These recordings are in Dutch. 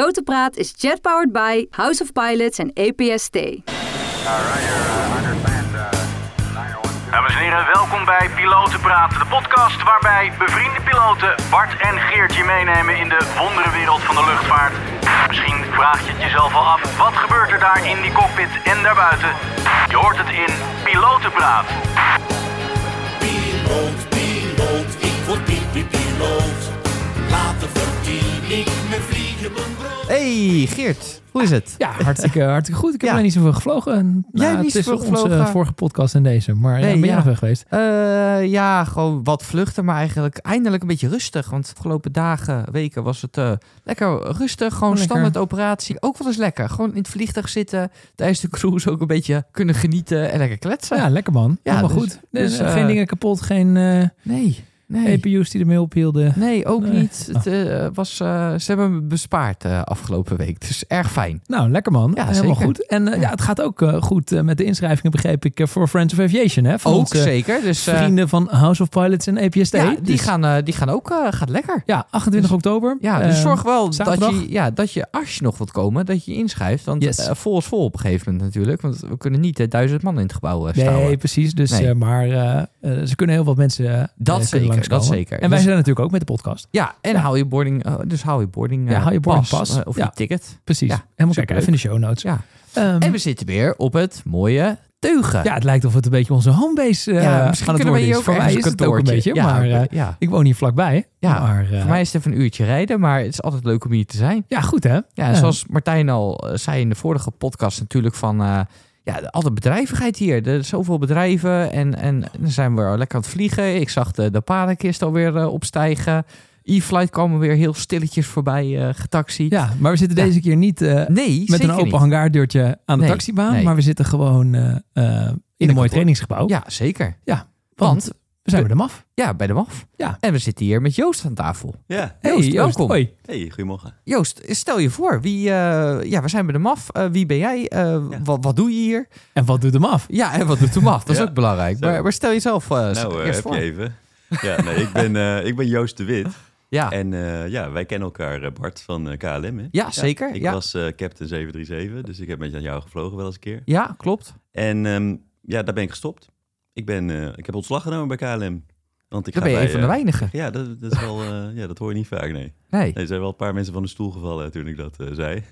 Pilotenpraat is jetpowered by House of Pilots en EPST. Dames en heren, welkom bij Pilotenpraat, de podcast waarbij bevriende piloten Bart en Geert je meenemen in de wonderenwereld van de luchtvaart. Misschien vraag je het jezelf al af, wat gebeurt er daar in die cockpit en daarbuiten? Je hoort het in Pilotenpraat. Piloot, piloot, ik word pipi-piloot. Later verdien ik mijn vliegen mijn brood. Hey Geert, hoe is het? Ja, hartstikke, hartstikke goed. Ik heb Ja. er niet zoveel gevlogen. Nou, Jij hebt niet tussen zoveel gevlogen? onze vorige podcast en deze. Maar Nee, ja, ben jij ja. nog weg geweest? Eh, ja, gewoon wat vluchten, maar eigenlijk eindelijk een beetje rustig. Want de afgelopen dagen, weken was het eh, lekker rustig. Gewoon Lekker. standaard operatie. Ook wel eens lekker. Gewoon in het vliegtuig zitten, tijdens de cruise ook een beetje kunnen genieten en lekker kletsen. Ja, lekker man. Ja, Helemaal dus- goed. Dus, dus, eh, geen dingen kapot, geen eh Nee, nee. EPU's die ermee ophielden. Nee, ook Nee. niet. Het, eh, was, eh, ze hebben me bespaard de afgelopen week. Dus erg fijn. Nou, lekker man. Ja, Helemaal zeker. goed. En eh, ja. het gaat ook eh, goed eh, met de inschrijvingen, begreep ik, eh, voor Friends of Aviation. Hè? Van Ook onze zeker. Dus eh, vrienden van House of Pilots en EPST. ja, die, Dus- gaan, eh, die gaan ook eh, gaat lekker. Ja, 28 oktober. Ja, dus Eh, zorg wel dat zaterdag. je, ja, dat je, als je nog wilt komen, dat je je inschrijft. Want Yes. eh, vol is vol op een gegeven moment natuurlijk. Want we kunnen niet eh, duizend man in het gebouw eh, stouwen. Nee, precies. Dus, Nee. eh, maar eh, eh, ze kunnen heel wat mensen eh, eh, kunnen zeker, langskomen. dat zeker. En wij Dus- zijn natuurlijk ook met de podcast. Ja, en Ja. hou je boarding, eh, dus hou je boarding, eh, Ja, hou je boarding pas. eh, of Ja. je ticket. Precies. Ja, Helemaal superleuk. kijken. Even in de show notes. Ja. Ehm, En we zitten weer op het mooie teugen. ja, het lijkt of het een beetje onze homebase Ja, eh aan het worden is. Voor mij ergens is het ook een beetje, Ja, maar eh, ja. ik woon hier vlakbij. Ja, maar, eh, Voor mij is het even een uurtje rijden, maar het is altijd leuk om hier te zijn. ja goed hè? Ja, en zoals Martijn al eh, zei in de vorige podcast natuurlijk van... eh, ja, de- alle bedrijvigheid hier. Er zijn zoveel bedrijven en, en dan zijn we lekker aan het vliegen. Ik zag de, de paardenkist alweer eh, opstijgen. E-Flight kwam weer heel stilletjes voorbij, eh, getaxi. Ja, maar we zitten deze keer niet eh, Nee, met zeker een open niet. hangaardeurtje aan de Nee, taxibaan, nee. maar we zitten gewoon eh, eh, in, een mooi kantoor. trainingsgebouw. Ja, zeker. want Want, we zijn met hem af. ja, bij de MAF. Ja. En we zitten hier met Joost aan tafel. Ja, Hey, Joost, Joost, welkom. hoi. hey, goedemorgen. Joost, stel je voor, wie, eh, ja, we zijn bij de MAF. Eh, wie ben jij? Eh, Ja. wat, wat doe je hier? En wat doet hem af? Ja, en wat doet de MAF? Dat is Ja, ook belangrijk. zo. Maar, maar stel jezelf eh nou, eh, eerst heb voor. je even. Ja, nee, ik ben, eh, ik ben Joost de Wit. Ja. En eh, ja, wij kennen elkaar, eh, Bart, van eh, KLM. Hè? Ja, zeker. Ik Ja. was eh, captain 737, dus ik heb met jou gevlogen wel eens een keer. ja, klopt. En ehm, ja, daar ben ik gestopt. Ik, ben, eh, ik heb ontslag genomen bij KLM. Want ik Dan ga ben je bij, een van de eh, weinigen. Ja, dat, dat is wel, eh, ja, dat hoor je niet vaak, nee. Nee. nee. Er zijn wel een paar mensen van de stoel gevallen eh, toen ik dat eh, zei.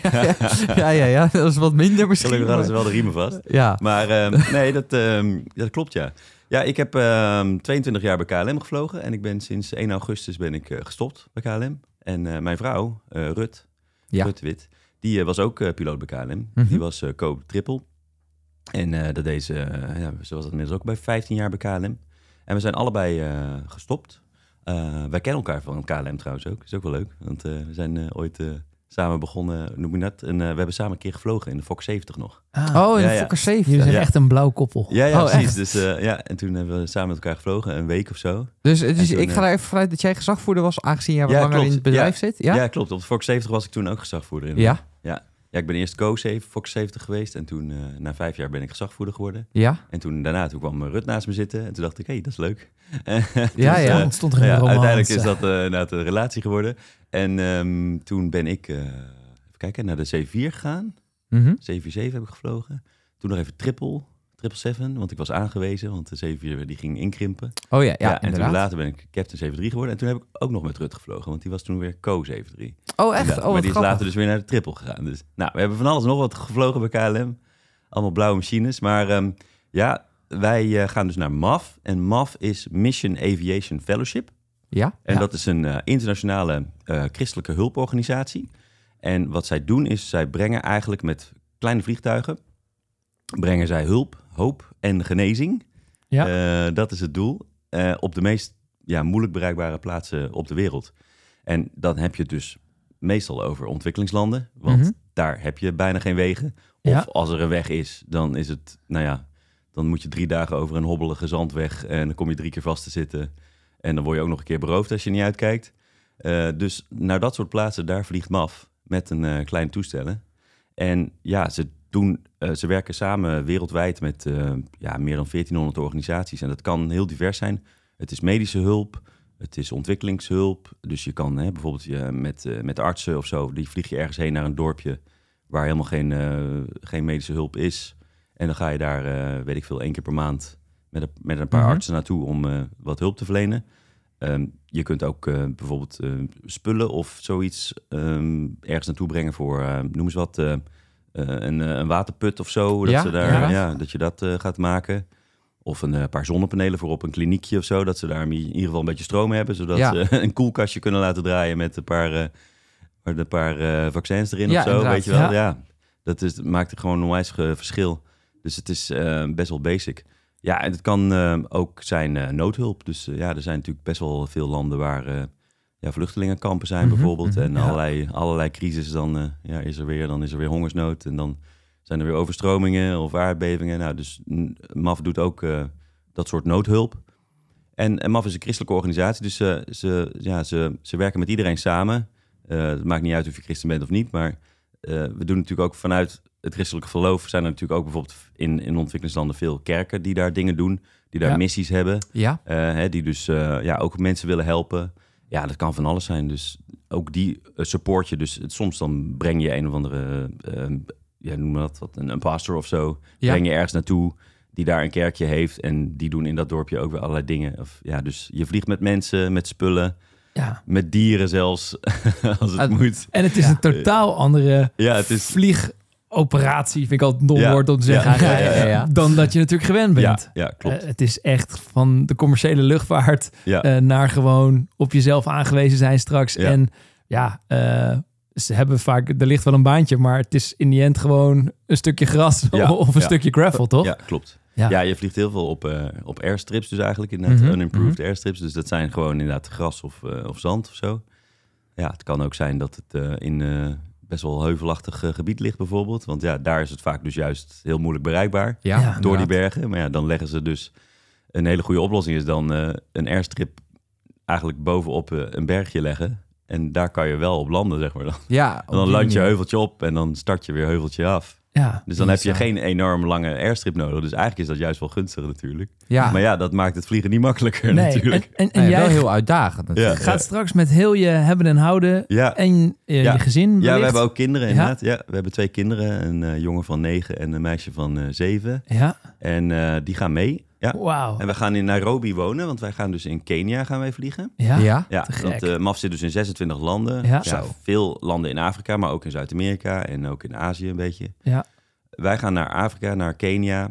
ja, ja, ja, dat is wat minder misschien. Gelukkig hadden ze maar- wel de riemen vast. Ja, Maar ehm, nee, dat, ehm, dat klopt ja. Ja, ik heb ehm, 22 jaar bij KLM gevlogen en ik ben sinds 1 augustus ben ik eh, gestopt bij KLM. En eh, mijn vrouw, eh, Rut, Ja. Rut Wit, die eh, was ook eh, piloot bij KLM. Mhm. Die was eh co-triple. En eh, dat deze, eh, ja, ze was inmiddels ook bij 15 jaar bij KLM. En we zijn allebei eh, gestopt. Eh, wij kennen elkaar van KLM trouwens ook. Is ook wel leuk, want eh, we zijn eh, ooit eh, samen begonnen, noem je dat? En eh, we hebben samen een keer gevlogen in de Fox 70 nog. Oh, in Ja, de ja. Fokker 7. Jullie zijn Ja. echt een blauw koppel. Ja, ja Oh, precies. echt? Dus, eh, ja, en toen hebben we samen met elkaar gevlogen, een week of zo. Dus, dus toen, ik ga eh, er even vanuit dat jij gezagvoerder was, aangezien jij wat Ja, langer klopt. in het bedrijf Ja. zit. Ja? Ja, Ja. klopt. Op de Fox 70 was ik toen ook gezagvoerder. In. ja, Ja, ik ben eerst co-7 Fox 70 geweest en toen eh, na vijf jaar ben ik gezagvoerder geworden. ja, En toen daarna toen kwam Rut naast me zitten en toen dacht ik, hé, dat is leuk. ja. Dus, Ja, eh, ontstond er Nou een ja, romance. uiteindelijk is dat eh inderdaad een relatie geworden. En ehm, toen ben ik, eh, even kijken, naar de C4 gegaan. Mhm. 747 heb ik gevlogen. Toen nog even triple, triple seven, want ik was aangewezen, want de 74 die ging inkrimpen. Oh ja, ja, Ja, en toen inderdaad. later ben ik Captain 73 geworden. En toen heb ik ook nog met Rut gevlogen, want die was toen weer Co-73. Oh, echt? Inderdaad. Oh, maar wat die is grappig. later dus weer naar de triple gegaan. Dus, nou, we hebben van alles nog wat gevlogen bij KLM. Allemaal blauwe machines. Maar ehm, ja, wij eh, gaan dus naar MAF. En MAF is Mission Aviation Fellowship. Ja, En ja. dat is een eh, internationale eh, christelijke hulporganisatie. En wat zij doen is, zij brengen eigenlijk met kleine vliegtuigen... brengen zij hulp, hoop en genezing. Ja. Eh, dat is het doel. eh, op de meest ja, moeilijk bereikbare plaatsen op de wereld. En dan heb je het dus meestal over ontwikkelingslanden. Want Mhm. daar heb je bijna geen wegen. Of Ja. als er een weg is, dan is het... Nou ja, dan moet je drie dagen over een hobbelige zandweg... en dan kom je drie keer vast te zitten... En dan word je ook nog een keer beroofd als je niet uitkijkt. Eh, dus naar dat soort plaatsen, daar vliegt MAF met een eh kleine toestellen. En ja, ze, doen, eh, ze werken samen wereldwijd met eh, ja, meer dan 1400 organisaties. En dat kan heel divers zijn. Het is medische hulp, eh, Het is ontwikkelingshulp. Dus je kan hè, bijvoorbeeld eh, met, eh, met artsen of zo, die vlieg je ergens heen naar een dorpje waar helemaal geen, eh, geen medische hulp is. En dan ga je daar, eh, weet ik veel, één keer per maand met een, met een paar Mhm. artsen naartoe om eh, wat hulp te verlenen. Ehm, je kunt ook eh, bijvoorbeeld eh, spullen of zoiets ehm, ergens naartoe brengen voor, eh, noem eens wat, eh, eh, een, eh, een waterput of zo. Dat, Ja, ze daar, ja. ja. dat je dat eh, gaat maken. Of een eh, paar zonnepanelen voor op een kliniekje of zo. Dat ze daar in ieder geval een beetje stroom hebben. Zodat Ja. ze een koelkastje kunnen laten draaien met een paar, eh, met een paar eh, vaccins erin Ja, of zo. inderdaad. Weet je wel, Ja. ja. Dat, is, dat maakt gewoon een onwijs eh, verschil. Dus het is eh, best wel basic. Ja, en het kan eh, ook zijn eh, noodhulp. Dus eh, ja, er zijn natuurlijk best wel veel landen waar eh, ja, vluchtelingenkampen zijn Mhm, bijvoorbeeld. mhm, en ja. allerlei, allerlei crisis. Dan, eh, ja, is er weer, dan is er weer hongersnood. En dan zijn er weer overstromingen of aardbevingen. Nou, dus mm, MAF doet ook eh, dat soort noodhulp. En, en MAF is een christelijke organisatie, dus ze, ze, ja, ze, ze werken met iedereen samen. Eh, het maakt niet uit of je christen bent of niet, maar eh, we doen natuurlijk ook vanuit het christelijke geloof... zijn er natuurlijk ook bijvoorbeeld in, in ontwikkelingslanden veel kerken die daar dingen doen... die daar Ja. missies hebben, Ja, eh, hè, die dus eh, ja, ook mensen willen helpen. Ja, dat kan van alles zijn, dus ook die eh, support je. Dus het, soms dan breng je een of andere, eh, ja, noem maar dat, wat, een, een pastor of zo ja. breng je ergens naartoe die daar een kerkje heeft. En die doen in dat dorpje ook weer allerlei dingen. Of, ja, dus je vliegt met mensen, met spullen, Ja. met dieren zelfs, als het Ah, moet. En het is Ja. een totaal andere Ja, het is... vliegoperatie, vind ik altijd een dom Ja. woord om te zeggen, Ja, ja, eigenlijk, ja, ja. dan dat je natuurlijk gewend Ja, bent. ja, klopt. Eh, het is echt van de commerciële luchtvaart ja. eh, naar gewoon op jezelf aangewezen zijn straks. Ja. En ja, eh, ze hebben vaak, er ligt wel een baantje, maar het is in die end gewoon een stukje gras Ja, of een ja. stukje gravel, toch? Ja, klopt. Ja. Ja. je vliegt heel veel op, eh, op airstrips dus eigenlijk. Inderdaad, Mhm, unimproved airstrips. Dus dat zijn gewoon inderdaad gras of, eh, of zand of zo. Ja, het kan ook zijn dat het eh, in eh, best wel heuvelachtig eh, gebied ligt bijvoorbeeld. Want ja, daar is het vaak dus juist heel moeilijk bereikbaar. ja, Ja. door die inderdaad. bergen. Maar ja, dan leggen ze dus een hele goede oplossing is dan eh, een airstrip eigenlijk bovenop eh, een bergje leggen. En daar kan je wel op landen, zeg maar. Dan, Ja, op en dan die land je manier. heuveltje op en dan start je weer heuveltje af. Ja. Dus dan heb je Bizar. geen enorm lange airstrip nodig. Dus eigenlijk is dat juist wel gunstig natuurlijk. Ja, Maar ja, dat maakt het vliegen niet makkelijker Nee, natuurlijk. En, en, en Nee, jij wel heel uitdagend. natuurlijk. Ja, gaat straks met heel je hebben en houden ja. en eh, Ja. je gezin ja, we wellicht. hebben ook kinderen Ja. inderdaad. Ja. we hebben twee kinderen. Een eh, jongen van negen en een meisje van eh, zeven. Ja, En eh, die gaan mee. Ja. wauw. En we gaan in Nairobi wonen, want wij gaan dus in Kenia gaan wij vliegen. Ja. Ja. Ja, Te gek. want eh, MAF zit dus in 26 landen. Ja. Ja. Zo. veel landen in Afrika, maar ook in Zuid-Amerika en ook in Azië een beetje. Ja. Wij gaan naar Afrika, naar Kenia.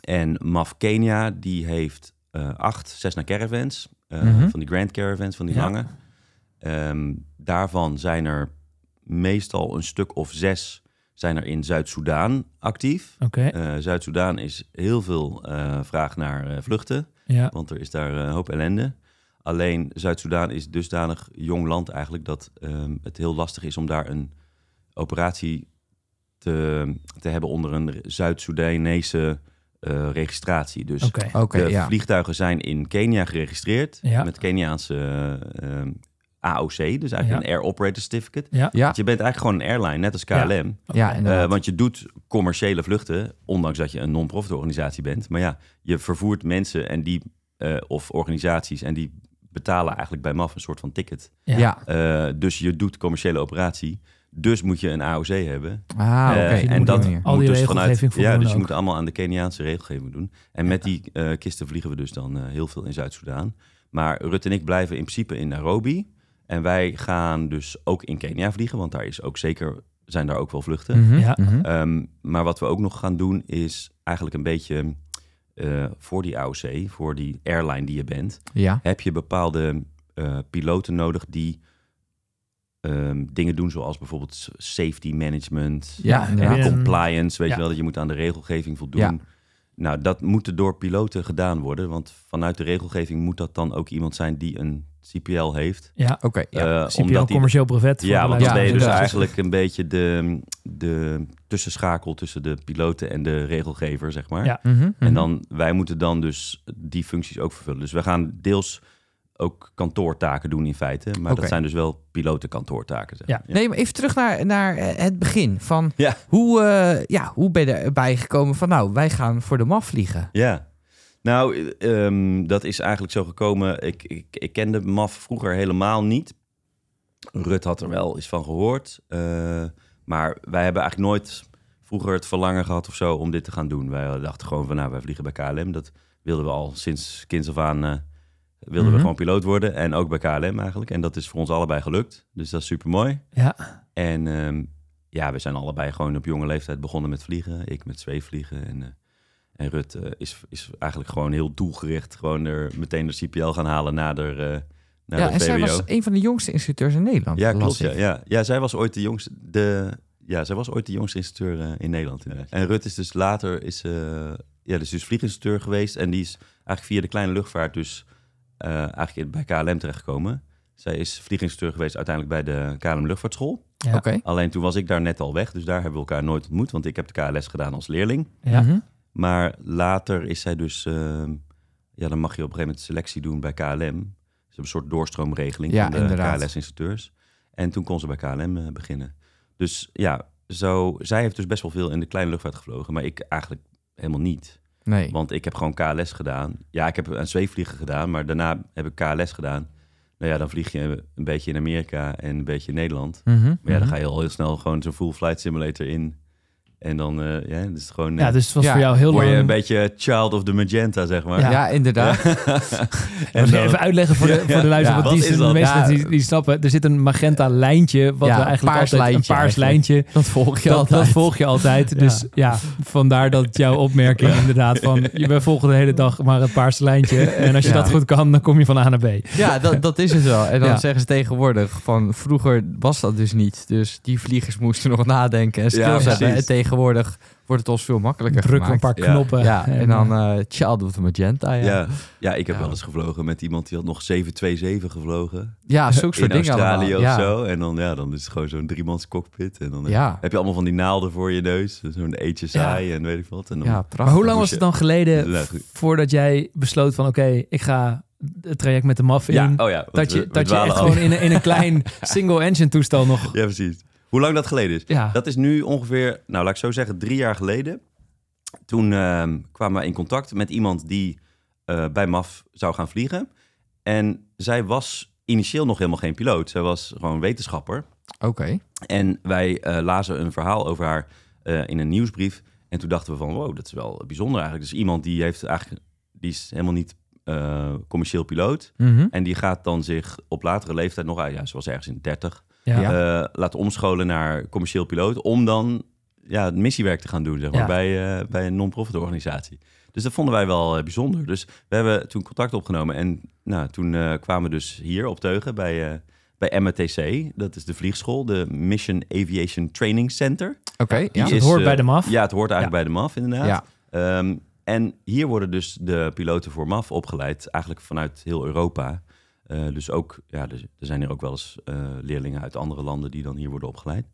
En MAF Kenia, die heeft eh, acht, zes naar caravans. eh, Mhm. Van die grand caravans, van die Ja. lange. Ehm, daarvan zijn er meestal een stuk of zes zijn er in Zuid-Soedan actief. Oké, Eh, Zuid-Soedan is heel veel eh, vraag naar eh, vluchten. ja. Want er is daar eh, een hoop ellende. Alleen Zuid-Soedan is dusdanig jong land eigenlijk dat ehm, het heel lastig is om daar een operatie te, te hebben onder een Zuid-Soedanese eh, registratie. Dus Oké. Oké, de ja. vliegtuigen zijn in Kenia geregistreerd Ja. met Keniaanse eh, ehm, AOC, dus eigenlijk Ja. een Air Operator Certificate. Ja. Ja. Want je bent eigenlijk gewoon een airline, net als Ja. KLM. Ja, Oké. inderdaad. Eh, want je doet commerciële vluchten, ondanks dat je een non-profit organisatie bent. Maar ja, je vervoert mensen en die, eh, of organisaties en die betalen eigenlijk bij MAF een soort van ticket. Ja. Ja. Eh, dus je doet commerciële operatie. Dus moet je een AOC hebben. Ah, oké. Eh, op die en dat manier. Al die moet dus regelgeving vanuit. Ja, voldoen dus je ook. moet allemaal aan de Keniaanse regelgeving doen. En met die eh, kisten vliegen we dus dan eh, heel veel in Zuid-Soedan. Maar Rut en ik blijven in principe in Nairobi. En wij gaan dus ook in Kenia vliegen, want daar is ook zeker, zijn daar ook wel vluchten. Mhm, Ja. mhm. Ehm, maar wat we ook nog gaan doen is eigenlijk een beetje eh, voor die AOC, voor die airline die je bent, Ja. heb je bepaalde eh, piloten nodig die ehm, dingen doen zoals bijvoorbeeld safety management, Ja, eh, inderdaad. Ja. compliance, weet Ja. je wel, dat je moet aan de regelgeving voldoen. Ja. Nou, dat moet door piloten gedaan worden, want vanuit de regelgeving moet dat dan ook iemand zijn die een CPL heeft. Ja, Oké, ja. Eh, CPL, omdat die- commercieel brevet. voor ja, de want dan Ja, ben je dus inderdaad. eigenlijk een beetje de, de tussenschakel tussen de piloten en de regelgever, zeg maar. Ja. Mhm, mhm. Eh, En dan, wij moeten dan dus die functies ook vervullen. Dus we gaan deels ook kantoortaken doen in feite. Maar Oké. dat zijn dus wel pilotenkantoortaken, zeg Ja. maar. Nee, maar even terug naar, naar eh, het begin. Van Ja. Hoe, eh, ja, hoe ben je erbij gekomen van nou, wij gaan voor de MAF vliegen? Ja. Nou, eh, ehm, dat is eigenlijk zo gekomen. Ik, ik, ik kende MAF vroeger helemaal niet. Rut had er wel eens van gehoord. eh, maar wij hebben eigenlijk nooit vroeger het verlangen gehad of zo om dit te gaan doen. Wij dachten gewoon van, nou, wij vliegen bij KLM. Dat wilden we al sinds kinds af aan... eh, wilden we Mhm. gewoon piloot worden. En ook bij KLM eigenlijk. En dat is voor ons allebei gelukt. Dus dat is super mooi. Ja. En ehm, ja, we zijn allebei gewoon op jonge leeftijd begonnen met vliegen. Ik met zweefvliegen en... eh, en Rut eh, is, is eigenlijk gewoon heel doelgericht. Gewoon er meteen de CPL gaan halen na de, eh na ja, de en zij VWO. was een van de jongste instructeurs in Nederland. Ja, las klopt. Ja, ik. ja. ja, zij was ooit de jongste. De, ja, zij was ooit de jongste instructeur eh, in Nederland. inderdaad. En Rut is dus later is, eh, ja, dus, dus vlieginstructeur geweest. En die is eigenlijk via de kleine luchtvaart dus eh, eigenlijk bij KLM terechtgekomen. Zij is vlieginstructeur geweest uiteindelijk bij de KLM Luchtvaartschool. Ja. Oké. Alleen toen was ik daar net al weg, dus daar hebben we elkaar nooit ontmoet. Want ik heb de KLS gedaan als leerling. Ja. Mhm. Maar later is zij dus... ehm, ja, dan mag je op een gegeven moment selectie doen bij KLM. Ze hebben een soort doorstroomregeling Ja, van de inderdaad. KLS-instructeurs. En toen kon ze bij KLM eh, beginnen. Dus ja, zo, zij heeft dus best wel veel in de kleine luchtvaart gevlogen. Maar ik eigenlijk helemaal niet. Nee. Want ik heb gewoon KLS gedaan. Ja, ik heb een zweefvliegen gedaan, maar daarna heb ik KLS gedaan. Nou ja, dan vlieg je een beetje in Amerika en een beetje in Nederland. Mhm. Maar ja, dan ga je al heel snel gewoon zo'n full flight simulator in. En dan, eh ja, dat is gewoon... eh, Ja, dus het was Ja. voor jou heel word je een lang... beetje child of the magenta, zeg maar. ja. inderdaad. En dan- Even uitleggen voor de, voor de luisteraar, ja, want die wat is zijn- de dat? meeste Ja. mensen die, die snappen. Er zit een magenta lijntje, wat Ja, we eigenlijk paars altijd... lijntje een paars eigenlijk. lijntje. Dat volg je Dat, altijd. dat volg je altijd. Dus ja, vandaar dat jouw opmerking inderdaad van... Je bent volgen de hele dag maar het paarse lijntje. En als je Ja. dat goed kan, dan kom je van A naar B. Ja, dat, dat is het wel. En dan Ja. zeggen ze tegenwoordig van vroeger was dat dus niet. Dus die vliegers moesten nog nadenken en skills Ja, hebben. En precies. tegenwoordig wordt het ons veel makkelijker Druk een gemaakt. paar Ja. knoppen. Ja, en dan eh Child of the Magenta. Ja, ja. ja. ja, ik heb Ja. wel eens gevlogen met iemand die had nog 727 gevlogen. zulke soort in dingen Australië allemaal. of ja. zo. En dan, ja, dan is het gewoon zo'n driemans cockpit. En dan eh, Ja. heb je allemaal van die naalden voor je neus. Zo'n HSI Ja. en weet ik wat. En dan, Ja, ja. prachtig. Maar hoe lang moest was het je- dan geleden Ja, v- voordat jij besloot van... Oké, ik ga het traject met de MAF in... oh ja. want dat we- je, we dat je dwalen echt af. gewoon in, een- in een klein single-engine toestel nog... Ja, precies. Hoe lang dat geleden is? Ja. Dat is nu ongeveer, nou laat ik zo zeggen, drie jaar geleden. Toen ehm, kwamen we in contact met iemand die eh, bij MAF zou gaan vliegen. En zij was initieel nog helemaal geen piloot. Zij was gewoon wetenschapper. Oké. En wij eh, lazen een verhaal over haar eh, in een nieuwsbrief. En toen dachten we van, wow, dat is wel bijzonder eigenlijk. Dus iemand die heeft eigenlijk, die is helemaal niet eh, commercieel piloot. Mhm. En die gaat dan zich op latere leeftijd nog, ah ja, ze was ergens in de 30, Ja. Ja. eh, laten omscholen naar commercieel piloot. Om dan ja, het missiewerk te gaan doen, zeg maar, Ja. bij, eh, bij een non-profit organisatie. Dus dat vonden wij wel eh, bijzonder. Dus we hebben toen contact opgenomen. En nou, toen eh, kwamen we dus hier op Teugen bij, eh, bij MATC. Dat is de vliegschool, de Mission Aviation Training Center. Oké, ja. Die het hoort eh, bij de MAF. Ja, het hoort eigenlijk bij de MAF, inderdaad. Ja. Ehm, en hier worden dus de piloten voor MAF opgeleid, eigenlijk vanuit heel Europa. Eh, dus ook, ja, er, er zijn er ook wel eens eh, leerlingen uit andere landen die dan hier worden opgeleid.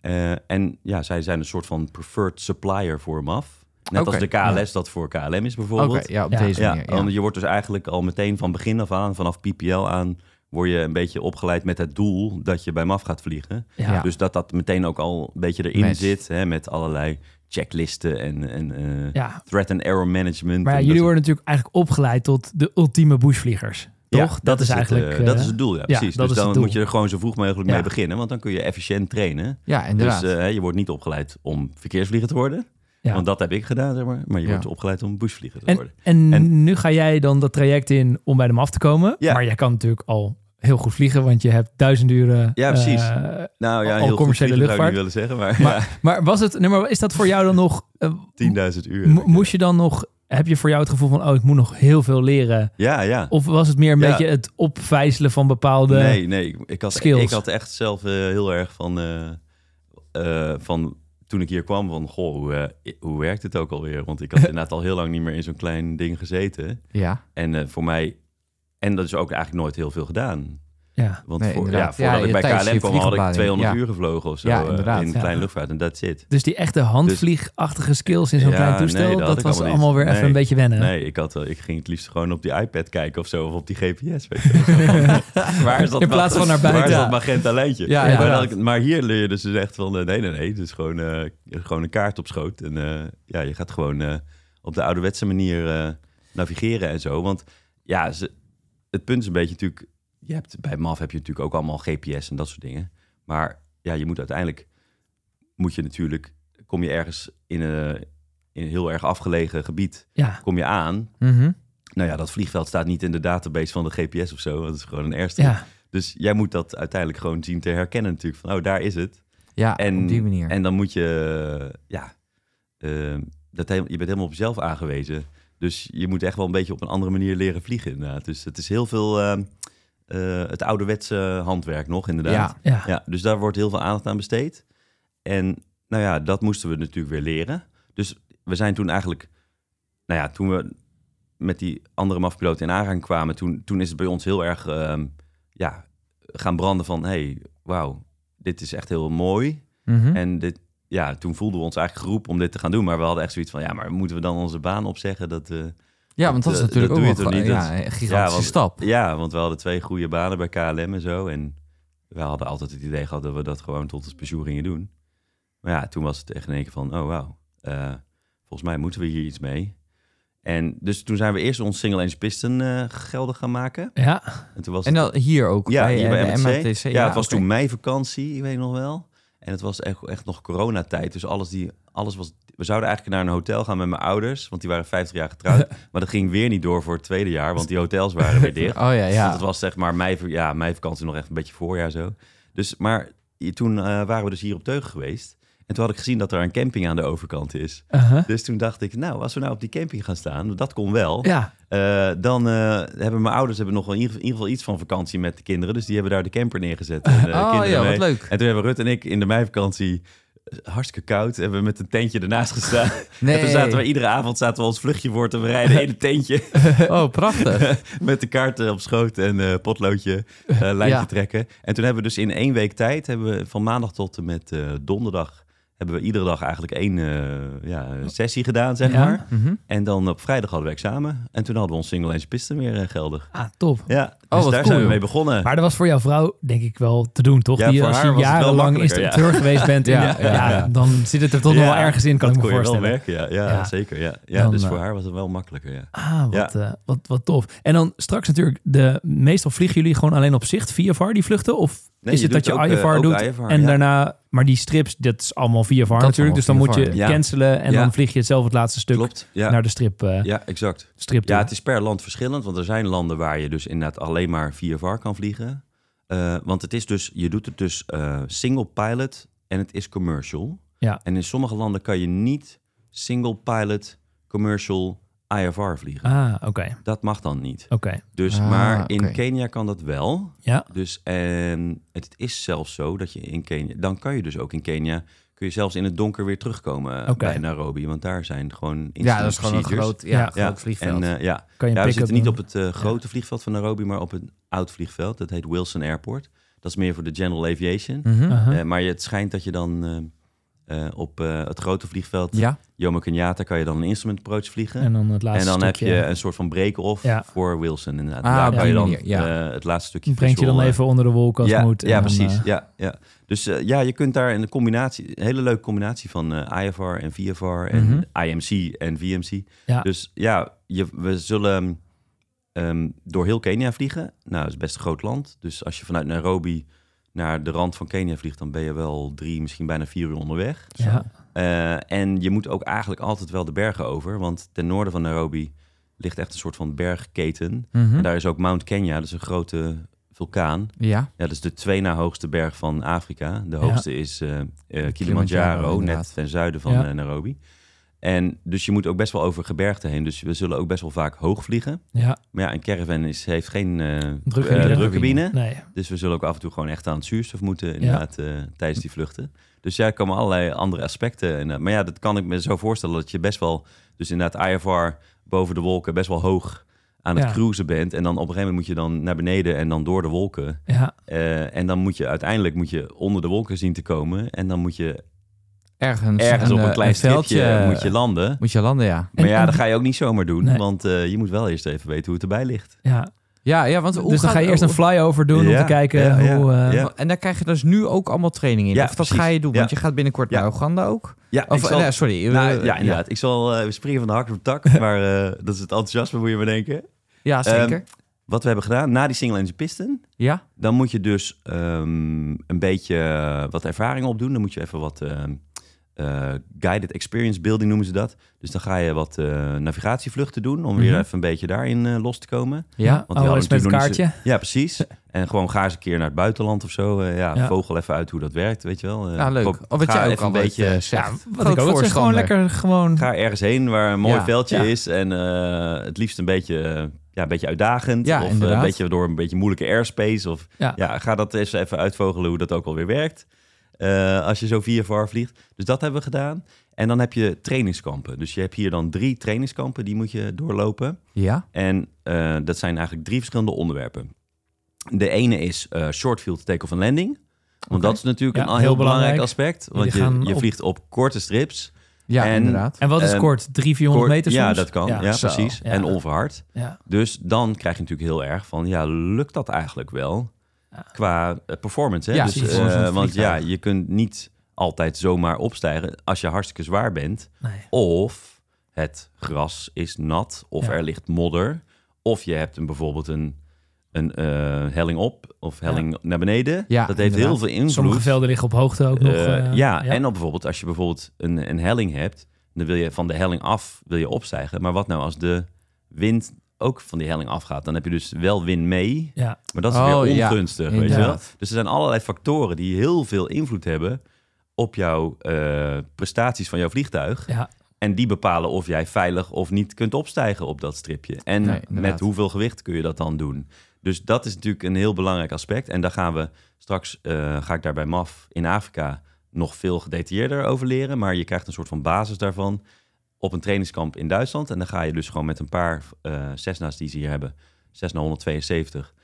Eh, en ja, zij zijn een soort van preferred supplier voor MAF. Net Oké, als de KLS dat voor KLM is Oké, bijvoorbeeld. ja, op Ja. deze Ja, manier. Ja. want je wordt dus eigenlijk al meteen van begin af aan, vanaf PPL aan, word je een beetje opgeleid met het doel dat je bij MAF gaat vliegen. Ja. Dus dat dat meteen ook al een beetje erin Match. zit, hè, met allerlei checklisten en, en eh, Ja. threat and error management. Maar ja, en jullie dat- worden natuurlijk eigenlijk opgeleid tot de ultieme bushvliegers. Ja, toch? dat, is het, eigenlijk... eh, eh, dat is het doel, ja, ja, dat precies. dus is dan het doel. moet je er gewoon zo vroeg mogelijk Ja. mee beginnen, want dan kun je efficiënt trainen. ja, Dus inderdaad. eh, je wordt niet opgeleid om verkeersvlieger te worden, Ja. want dat heb ik gedaan, zeg maar. Maar je Ja. wordt opgeleid om bushvlieger te En, worden. en, En- nu ga jij dan dat traject in om bij de MAF te komen. Ja. Maar jij kan natuurlijk al heel goed vliegen, want je hebt duizend uren... Ja, precies. eh, Nou al ja, commerciële heel goed vlieger zou ik luchtvaart. niet willen zeggen, maar, maar was het... Nee, maar is dat voor jou dan nog... eh, ja, 10.000 uur. mo- moest je dan nog... Heb je voor jou het gevoel van, oh, ik moet nog heel veel leren? Ja, ja. Of was het meer een Ja. beetje het opvijzelen van bepaalde... nee, nee. Ik, ik had, skills. ik had echt zelf eh, heel erg van, eh, eh, van toen ik hier kwam van, goh, hoe, eh, hoe werkt het ook alweer? Want ik had inderdaad al heel lang niet meer in zo'n klein ding gezeten. ja. En eh, voor mij, en dat is ook eigenlijk nooit heel veel gedaan. Ja. Want Nee, voor, ja, inderdaad. voordat Ja, ik je bij tijdens KLM je kwam, had ik vliegopleiding, 200 ja. uur gevlogen of zo Ja, eh, inderdaad, in ja. kleine luchtvaart. En that's it. Dus die echte handvliegachtige skills in zo'n Ja, klein toestel, nee, dat dat, had ik was allemaal allemaal, niet. weer even Nee. een beetje wennen. Nee, ik, had, wel- ik ging het liefst gewoon op die iPad kijken of zo, of op die GPS. Weet je, wel. waar is dat In plaats van mag- naar buiten. Waar is dat Ja. magenta lijntje? Ja, maar, inderdaad. dat ik- maar hier leer je dus dus echt van, eh, nee, nee, nee. Het is gewoon, eh, gewoon een kaart op schoot. En eh, ja, je gaat gewoon eh, op de ouderwetse manier eh, navigeren en zo. Want ja, ze, het punt is een beetje natuurlijk... Je hebt, bij MAF heb je natuurlijk ook allemaal GPS en dat soort dingen. Maar ja, je moet uiteindelijk... Moet je natuurlijk... Kom je ergens in een, in een heel erg afgelegen gebied... Ja. Kom je aan... Mhm. Nou ja, dat vliegveld staat niet in de database van de GPS of zo. Dat is gewoon een eerste. Ja. Dus jij moet dat uiteindelijk gewoon zien te herkennen natuurlijk. Van, oh, daar is het. Ja, En, op die manier. En dan moet je, ja, ehm, dat he- je bent helemaal op jezelf aangewezen. Dus je moet echt wel een beetje op een andere manier leren vliegen inderdaad. Dus het is heel veel ehm, eh, het ouderwetse handwerk nog inderdaad. Ja. Ja. Ja, dus daar wordt heel veel aandacht aan besteed. En nou ja, dat moesten we natuurlijk weer leren. Dus we zijn toen eigenlijk, nou ja, toen we met die andere mafpiloten in aanraking kwamen, toen, toen is het bij ons heel erg ehm, ja, gaan branden van, hey, wauw, dit is echt heel mooi. Mhm. En dit, ja, toen voelden we ons eigenlijk geroepen om dit te gaan doen. Maar we hadden echt zoiets van, ja, maar moeten we dan onze baan opzeggen? Dat, eh, ja, want dat is dat- natuurlijk dat ook doe wel je toch gewoon- niet? ja, Dat- een ja, gigantische want- stap. ja, want we hadden twee goede banen bij KLM en zo. En we hadden altijd het idee gehad dat we dat gewoon tot ons pensioen gingen doen. Maar ja, toen was het echt in één keer van, oh wauw, eh, volgens mij moeten we hier iets mee. En dus toen zijn we eerst ons single engine piston eh, geldig gaan maken. Ja. En toen was En het- dan hier ook ja, bij, hier bij eh, de MRTC. MRTC, Ja, het was oké. toen mijn vakantie, ik weet nog wel. En het was echt, echt nog coronatijd. Dus alles, die, alles was... We zouden eigenlijk naar een hotel gaan met mijn ouders. Want die waren 50 jaar getrouwd. maar dat ging weer niet door voor het tweede jaar. Want die hotels waren weer dicht. Oh ja, Dus ja. het was zeg maar mei, ja, mei vakantie nog echt een beetje voorjaar zo. Dus, maar i- toen eh, waren we dus hier op Teugen geweest. En toen had ik gezien dat er een camping aan de overkant is. Uh-huh. Dus toen dacht ik, nou, als we nou op die camping gaan staan, dat kon wel. Ja. Eh, dan eh, hebben mijn ouders hebben nog wel in ieder, in ieder geval iets van vakantie met de kinderen. Dus die hebben daar de camper neergezet. En, eh, Oh kinderen ja, wat mee. leuk. En toen hebben Rut en ik in de meivakantie eh, hartstikke koud. Hebben we met een tentje ernaast gestaan. En toen zaten we iedere avond zaten we ons vluchtje voor te bereiden in het tentje. Oh, prachtig. met de kaarten op schoot en eh, potloodje, eh, lijntje Ja. trekken. En toen hebben we dus in één week tijd, hebben we van maandag tot en met eh, donderdag, hebben we iedere dag eigenlijk één eh, ja, sessie gedaan, zeg Ja. maar. Mhm. En dan op vrijdag hadden we examen. En toen hadden we ons single engine piston weer eh, geldig. Ah, top. Ja, dus wat daar cool, zijn we joh. mee begonnen. Maar dat was voor jouw vrouw denk ik wel te doen, toch? Ja, Die, voor als haar je was het wel jarenlang makkelijker, instructeur geweest bent, Ja, ja, ja, ja, ja. dan zit het er toch Ja, nog wel ergens in, kan dat ik me kon je wel voorstellen. merken, ja. Ja, Ja. zeker. Ja, ja Dan, dus eh, voor haar was het wel makkelijker, ja. Ah, wat, eh, wat, wat tof. En dan straks natuurlijk, de, meestal vliegen jullie gewoon alleen op zicht, VFR die vluchten? Of Nee, is je het dat je doet ook, eh, IFR ook doet IFR, en ja. daarna... Maar die strips, dat is allemaal VFR allemaal natuurlijk. Dus dan moet VFR, je ja. cancelen en Ja. dan vlieg je het zelf het laatste stuk Klopt, ja. naar de strip, eh, Ja, exact. strip toe. Ja, het is per land verschillend. Want er zijn landen waar je dus inderdaad alleen maar via VAR kan vliegen. Eh, want het is dus, je doet het dus eh, single pilot en het is commercial. Ja. En in sommige landen kan je niet single pilot, commercial, IFR vliegen. Ah, oké. Dat mag dan niet. Oké, Dus, Ah, maar in oké. Kenia kan dat wel. ja. Dus en het is zelfs zo dat je in Kenia, dan kan je dus ook in Kenia, kun je zelfs in het donker weer terugkomen Oké. bij Nairobi. Want daar zijn gewoon Ja, instant dat is gewoon een procedures. groot, ja, Ja. groot vliegveld. En, eh, ja, Kan je ja, we pick-up zitten niet doen. op het eh, grote vliegveld van Nairobi, maar op een oud vliegveld. Dat heet Wilson Airport. Dat is meer voor de general aviation. Mhm. Uh-huh. Eh, maar je- het schijnt dat je dan eh, eh, op eh, het grote vliegveld, Ja, Jomo Kenyatta, kan je dan een instrument approach vliegen. En En, dan het laatste dan heb stukje. je een soort van break-off Ja. voor Wilson inderdaad. Ah, Daar op kan die je dan manier, ja. eh, het laatste stukje Brengt je dan visual, eh, even onder de wolk als ja, het moet. en Ja, dan, precies. eh, ja, ja. Dus eh, ja, je kunt daar een combinatie, een hele leuke combinatie van eh, IFR en VFR en IMC en VMC. Mhm. Ja. Dus ja, je, we zullen ehm, door heel Kenia vliegen. Nou, dat is best een groot land. Dus als je vanuit Nairobi naar de rand van Kenia vliegt, dan ben je wel drie, misschien bijna vier uur onderweg. ja. Eh, en je moet ook eigenlijk altijd wel de bergen over. Want ten noorden van Nairobi ligt echt een soort van bergketen. Mhm. Mhm. En daar is ook Mount Kenya, dat is een grote vulkaan. ja. Ja, dat is de twee na hoogste berg van Afrika. De hoogste is eh, eh, Kilimanjaro, Kilimanjaro, inderdaad. net ten zuiden van Ja. eh, Nairobi. En dus je moet ook best wel over gebergte heen. Dus we zullen ook best wel vaak hoog vliegen. ja. Maar ja, een caravan is, heeft geen eh, Drukcabine. eh, drukcabine. Nee. Dus we zullen ook af en toe gewoon echt aan het zuurstof moeten inderdaad, eh, tijdens die vluchten. Dus ja, er komen allerlei andere aspecten. En, eh, maar ja, dat kan ik me zo voorstellen dat je best wel, dus inderdaad IFR boven de wolken, best wel hoog aan het Ja. cruisen bent. En dan op een gegeven moment moet je dan naar beneden en dan door de wolken. Ja. Eh, en dan moet je uiteindelijk moet je onder de wolken zien te komen. En dan moet je Ergens, ergens op eh, een klein veldje eh, stripje moet je landen. moet je landen, ja. Maar En- ja, en- dat ga je ook niet zomaar doen. Nee. Want eh, je moet wel eerst even weten hoe het erbij ligt. Ja, Ja, ja want hoe Dus dan gaat- ga je eerst een hoe- flyover doen om Ja, te kijken ja, ja, hoe... eh, ja. En daar krijg je dus nu ook allemaal training in. Ja, of dat precies. ga je doen, Ja. want je gaat binnenkort Ja. naar Oeganda ook. Ja, Of, ik zal- nee, sorry. eh, Nou, eh, ja, inderdaad. Ik zal eh, we springen van de hak op de tak, maar eh, dat is het enthousiasme, moet je maar denken. Ja, zeker. Ehm, Wat we hebben gedaan, na die single en de piston, ja, dan moet je dus ehm, een beetje eh, wat ervaring opdoen. Dan moet je even wat ehm, eh, guided experience building noemen ze dat. Dus dan ga je wat eh, navigatievluchten doen om weer Mhm. even een beetje daarin eh, los te komen. ja. Want die Oh, hadden is met natuurlijk nog niet zo- kaartje? Ja, precies. En gewoon ga eens een keer naar het buitenland of zo. Eh, ja, Ja. vogel even uit hoe dat werkt, weet je wel. Eh, Ja, leuk. pro- Of wat ga jij ook even al eh, een beetje... Ja, zegt. wat ik ook zeg, gewoon lekker gewoon... Ga ergens heen waar een mooi Ja, veldje ja. is en eh, het liefst een beetje, eh, ja, een beetje uitdagend. Ja, of eh, een inderdaad. beetje door een beetje moeilijke airspace. Of, ja. Ja. ga dat eens even uitvogelen hoe dat ook alweer werkt. eh, als je zo via VAR vliegt. Dus dat hebben we gedaan. En dan heb je trainingskampen. Dus je hebt hier dan drie trainingskampen, die moet je doorlopen. Ja, En eh, dat zijn eigenlijk drie verschillende onderwerpen. De ene is eh short field take-off en landing. Want dat is natuurlijk Ja, een al heel, heel belangrijk, belangrijk. aspect. Want Die je, gaan je op- vliegt op korte strips. ja En- inderdaad. En wat is Ehm, kort? Drie, 400 Kort- meter Ja, soms? dat kan. Ja, zo. precies. Ja. En onverhard. Ja. Dus dan krijg je natuurlijk heel erg van, ja, lukt dat eigenlijk wel qua eh, performance? Hè? Ja, dus, precies. eh, Voor zo'n want ja, vliegtuig. je kunt niet altijd zomaar opstijgen als je hartstikke zwaar bent. Nee. Of het gras is nat, of Ja. er ligt modder. Of je hebt een, bijvoorbeeld een, een eh, helling op of helling naar beneden. Ja, dat heeft heel inderdaad. veel invloed. Sommige velden liggen op hoogte ook nog. Eh, eh, ja, en dan bijvoorbeeld als je bijvoorbeeld een, een helling hebt, dan wil je van de helling af wil je opstijgen. Maar wat nou als de wind ook van die helling afgaat? Dan heb je dus wel wind mee, Ja, maar dat is Oh, weer ja. ongunstig, weet je wel? Inderdaad. Dus er zijn allerlei factoren die heel veel invloed hebben op jouw eh, prestaties van jouw vliegtuig. ja. En die bepalen of jij veilig of niet kunt opstijgen op dat stripje. En Nee, inderdaad. met hoeveel gewicht kun je dat dan doen. Dus dat is natuurlijk een heel belangrijk aspect. En daar gaan we straks, eh, ga ik daar bij MAF in Afrika nog veel gedetailleerder over leren. Maar je krijgt een soort van basis daarvan op een trainingskamp in Duitsland. En dan ga je dus gewoon met een paar eh Cessna's die ze hier hebben, Cessna 172.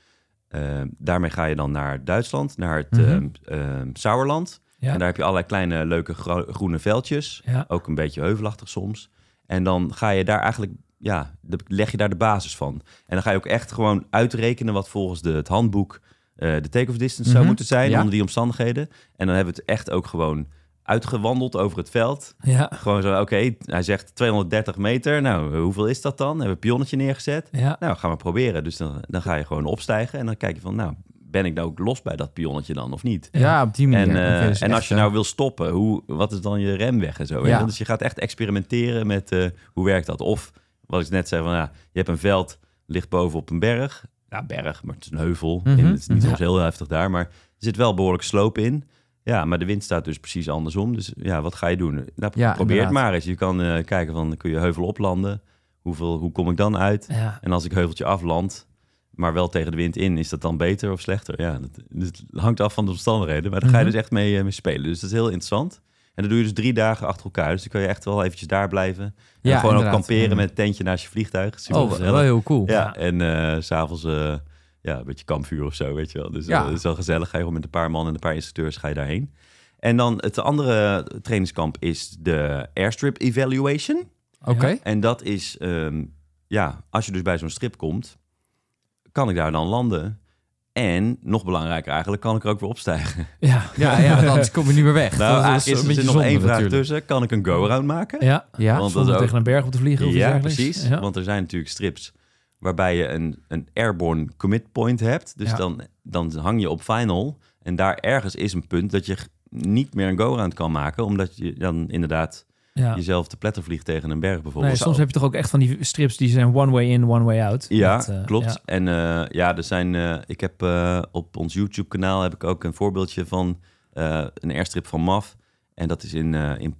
eh, daarmee ga je dan naar Duitsland, naar het Mhm. ehm, ehm, Sauerland. Ja. En daar heb je allerlei kleine leuke gro- groene veldjes. Ja. Ook een beetje heuvelachtig soms. En dan ga je daar eigenlijk, ja, de- leg je daar de basis van. En dan ga je ook echt gewoon uitrekenen wat volgens de, het handboek eh, de take-off distance zou Mhm, moeten zijn ja. onder die omstandigheden. En dan hebben we het echt ook gewoon uitgewandeld over het veld. Ja, Gewoon zo, oké, hij zegt 230 meter. Nou, hoeveel is dat dan? Hebben we een pionnetje neergezet? ja. Nou, gaan we proberen. Dus dan, dan ga je gewoon opstijgen en dan kijk je van, nou, ben ik nou ook los bij dat pionnetje dan of niet? Ja, op die manier. En, Oké, eh, dus en als echt, je eh, nou wil stoppen, hoe, wat is dan je remweg en zo? weet Ja. je? Dus je gaat echt experimenteren met eh, hoe werkt dat. Of wat ik net zei, van, ja, je hebt een veld, ligt boven op een berg. Ja, berg, maar het is een heuvel. Mhm. En het is niet soms heel heftig daar, maar er zit wel behoorlijk sloop in. Ja, maar de wind staat dus precies andersom. Dus ja, wat ga je doen? Nou, Ja, probeer inderdaad. het maar eens. Je kan eh, kijken van, kun je heuvel oplanden? Hoeveel, hoe kom ik dan uit? ja. En als ik heuveltje afland, maar wel tegen de wind in, is dat dan beter of slechter? Ja, dat, dat hangt af van de omstandigheden. Maar daar Mhm. ga je dus echt mee, eh, mee spelen. Dus dat is heel interessant. En dat doe je dus drie dagen achter elkaar. Dus dan kan je echt wel eventjes daar blijven. En Ja, dan gewoon ook inderdaad. kamperen Mm. met een tentje naast je vliegtuig. Super Oh, gezellig. wel heel cool. Ja, en eh, s s'avonds ja, een beetje kampvuur of zo, weet je wel. Dus eh, Ja. dat is wel gezellig. Ga je gewoon met een paar man en een paar instructeurs ga je daarheen. En dan het andere trainingskamp is de airstrip evaluation. Oké. En dat is, ehm, ja, als je dus bij zo'n strip komt, kan ik daar dan landen? En nog belangrijker eigenlijk, kan ik er ook weer opstijgen? ja. Ja, ja, want anders kom je niet meer weg. Nou, dat eigenlijk is, er zit nog één vraag natuurlijk. tussen. Kan ik een go-around maken? Ja, Ja, Want dat zonder is ook- tegen een berg op te vliegen of iets Ja, dergelijks. precies. Ja. Want er zijn natuurlijk strips waarbij je een, een airborne commit point hebt. Dus Ja. dan, dan hang je op final. En daar ergens is een punt dat je g- niet meer een go-around kan maken. Omdat je dan inderdaad ja. jezelf te pletter vliegt tegen een berg bijvoorbeeld. Nee, soms heb je toch ook echt van die strips die zijn one way in, one way out. Ja, Dat, eh, klopt. ja. En eh, ja, er zijn. eh, ik heb eh, op ons YouTube-kanaal heb ik ook een voorbeeldje van eh, een airstrip van MAF. En dat is in, eh, in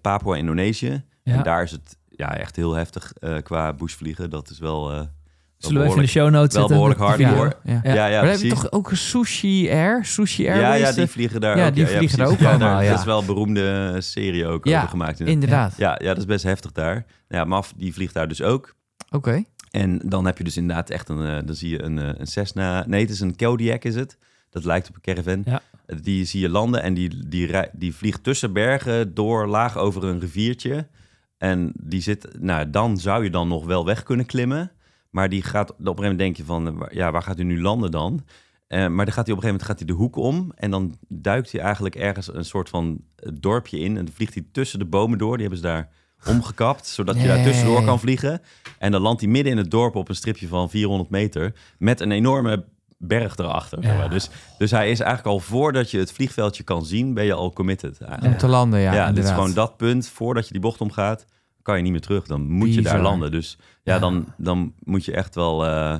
Papua, Indonesië. Ja. En daar is het ja, echt heel heftig eh, qua bushvliegen. Dat is wel. eh, wel Zullen we even in de behoorlijk- show notes wel zetten? behoorlijk hard Ja. hoor. Ja, Ja, ja, maar dan heb je precies. toch ook een Sushi Air? Sushi Air? Ja, ja, die vliegen daar Ja, ook. die vliegen daar precies. ook daar- allemaal, ja. Dat is wel een beroemde serie ook Ja, over gemaakt. Inderdaad. Ja, ja, dat is best heftig daar. Ja, MAF die vliegt daar dus ook. Oké. En dan heb je dus inderdaad echt een, eh, dan zie je een, eh, een Cessna, nee het is een Kodiak is het. Dat lijkt op een caravan. Ja. Eh, Die zie je landen en die, die, rij- die vliegt tussen bergen door laag over een riviertje. En die zit, nou dan zou je dan nog wel weg kunnen klimmen. Maar die gaat op een gegeven moment denk je van, eh, waar- ja, waar gaat hij nu landen dan? Eh, maar dan gaat hij op een gegeven moment gaat hij de hoek om en dan duikt hij eigenlijk ergens een soort van eh, dorpje in. En dan vliegt hij tussen de bomen door. Die hebben ze daar omgekapt, zodat je daar Nee. tussendoor kan vliegen. En dan landt hij midden in het dorp op een stripje van 400 meter met een enorme berg erachter. zeg maar. Dus, dus hij is eigenlijk al voordat je het vliegveldje kan zien, ben je al committed eigenlijk. Om te landen, ja. Ja, dit is inderdaad. gewoon dat punt. Voordat je die bocht omgaat, kan je niet meer terug. Dan moet je daar Bizar. landen. Dus ja, Dan, dan moet je echt wel eh,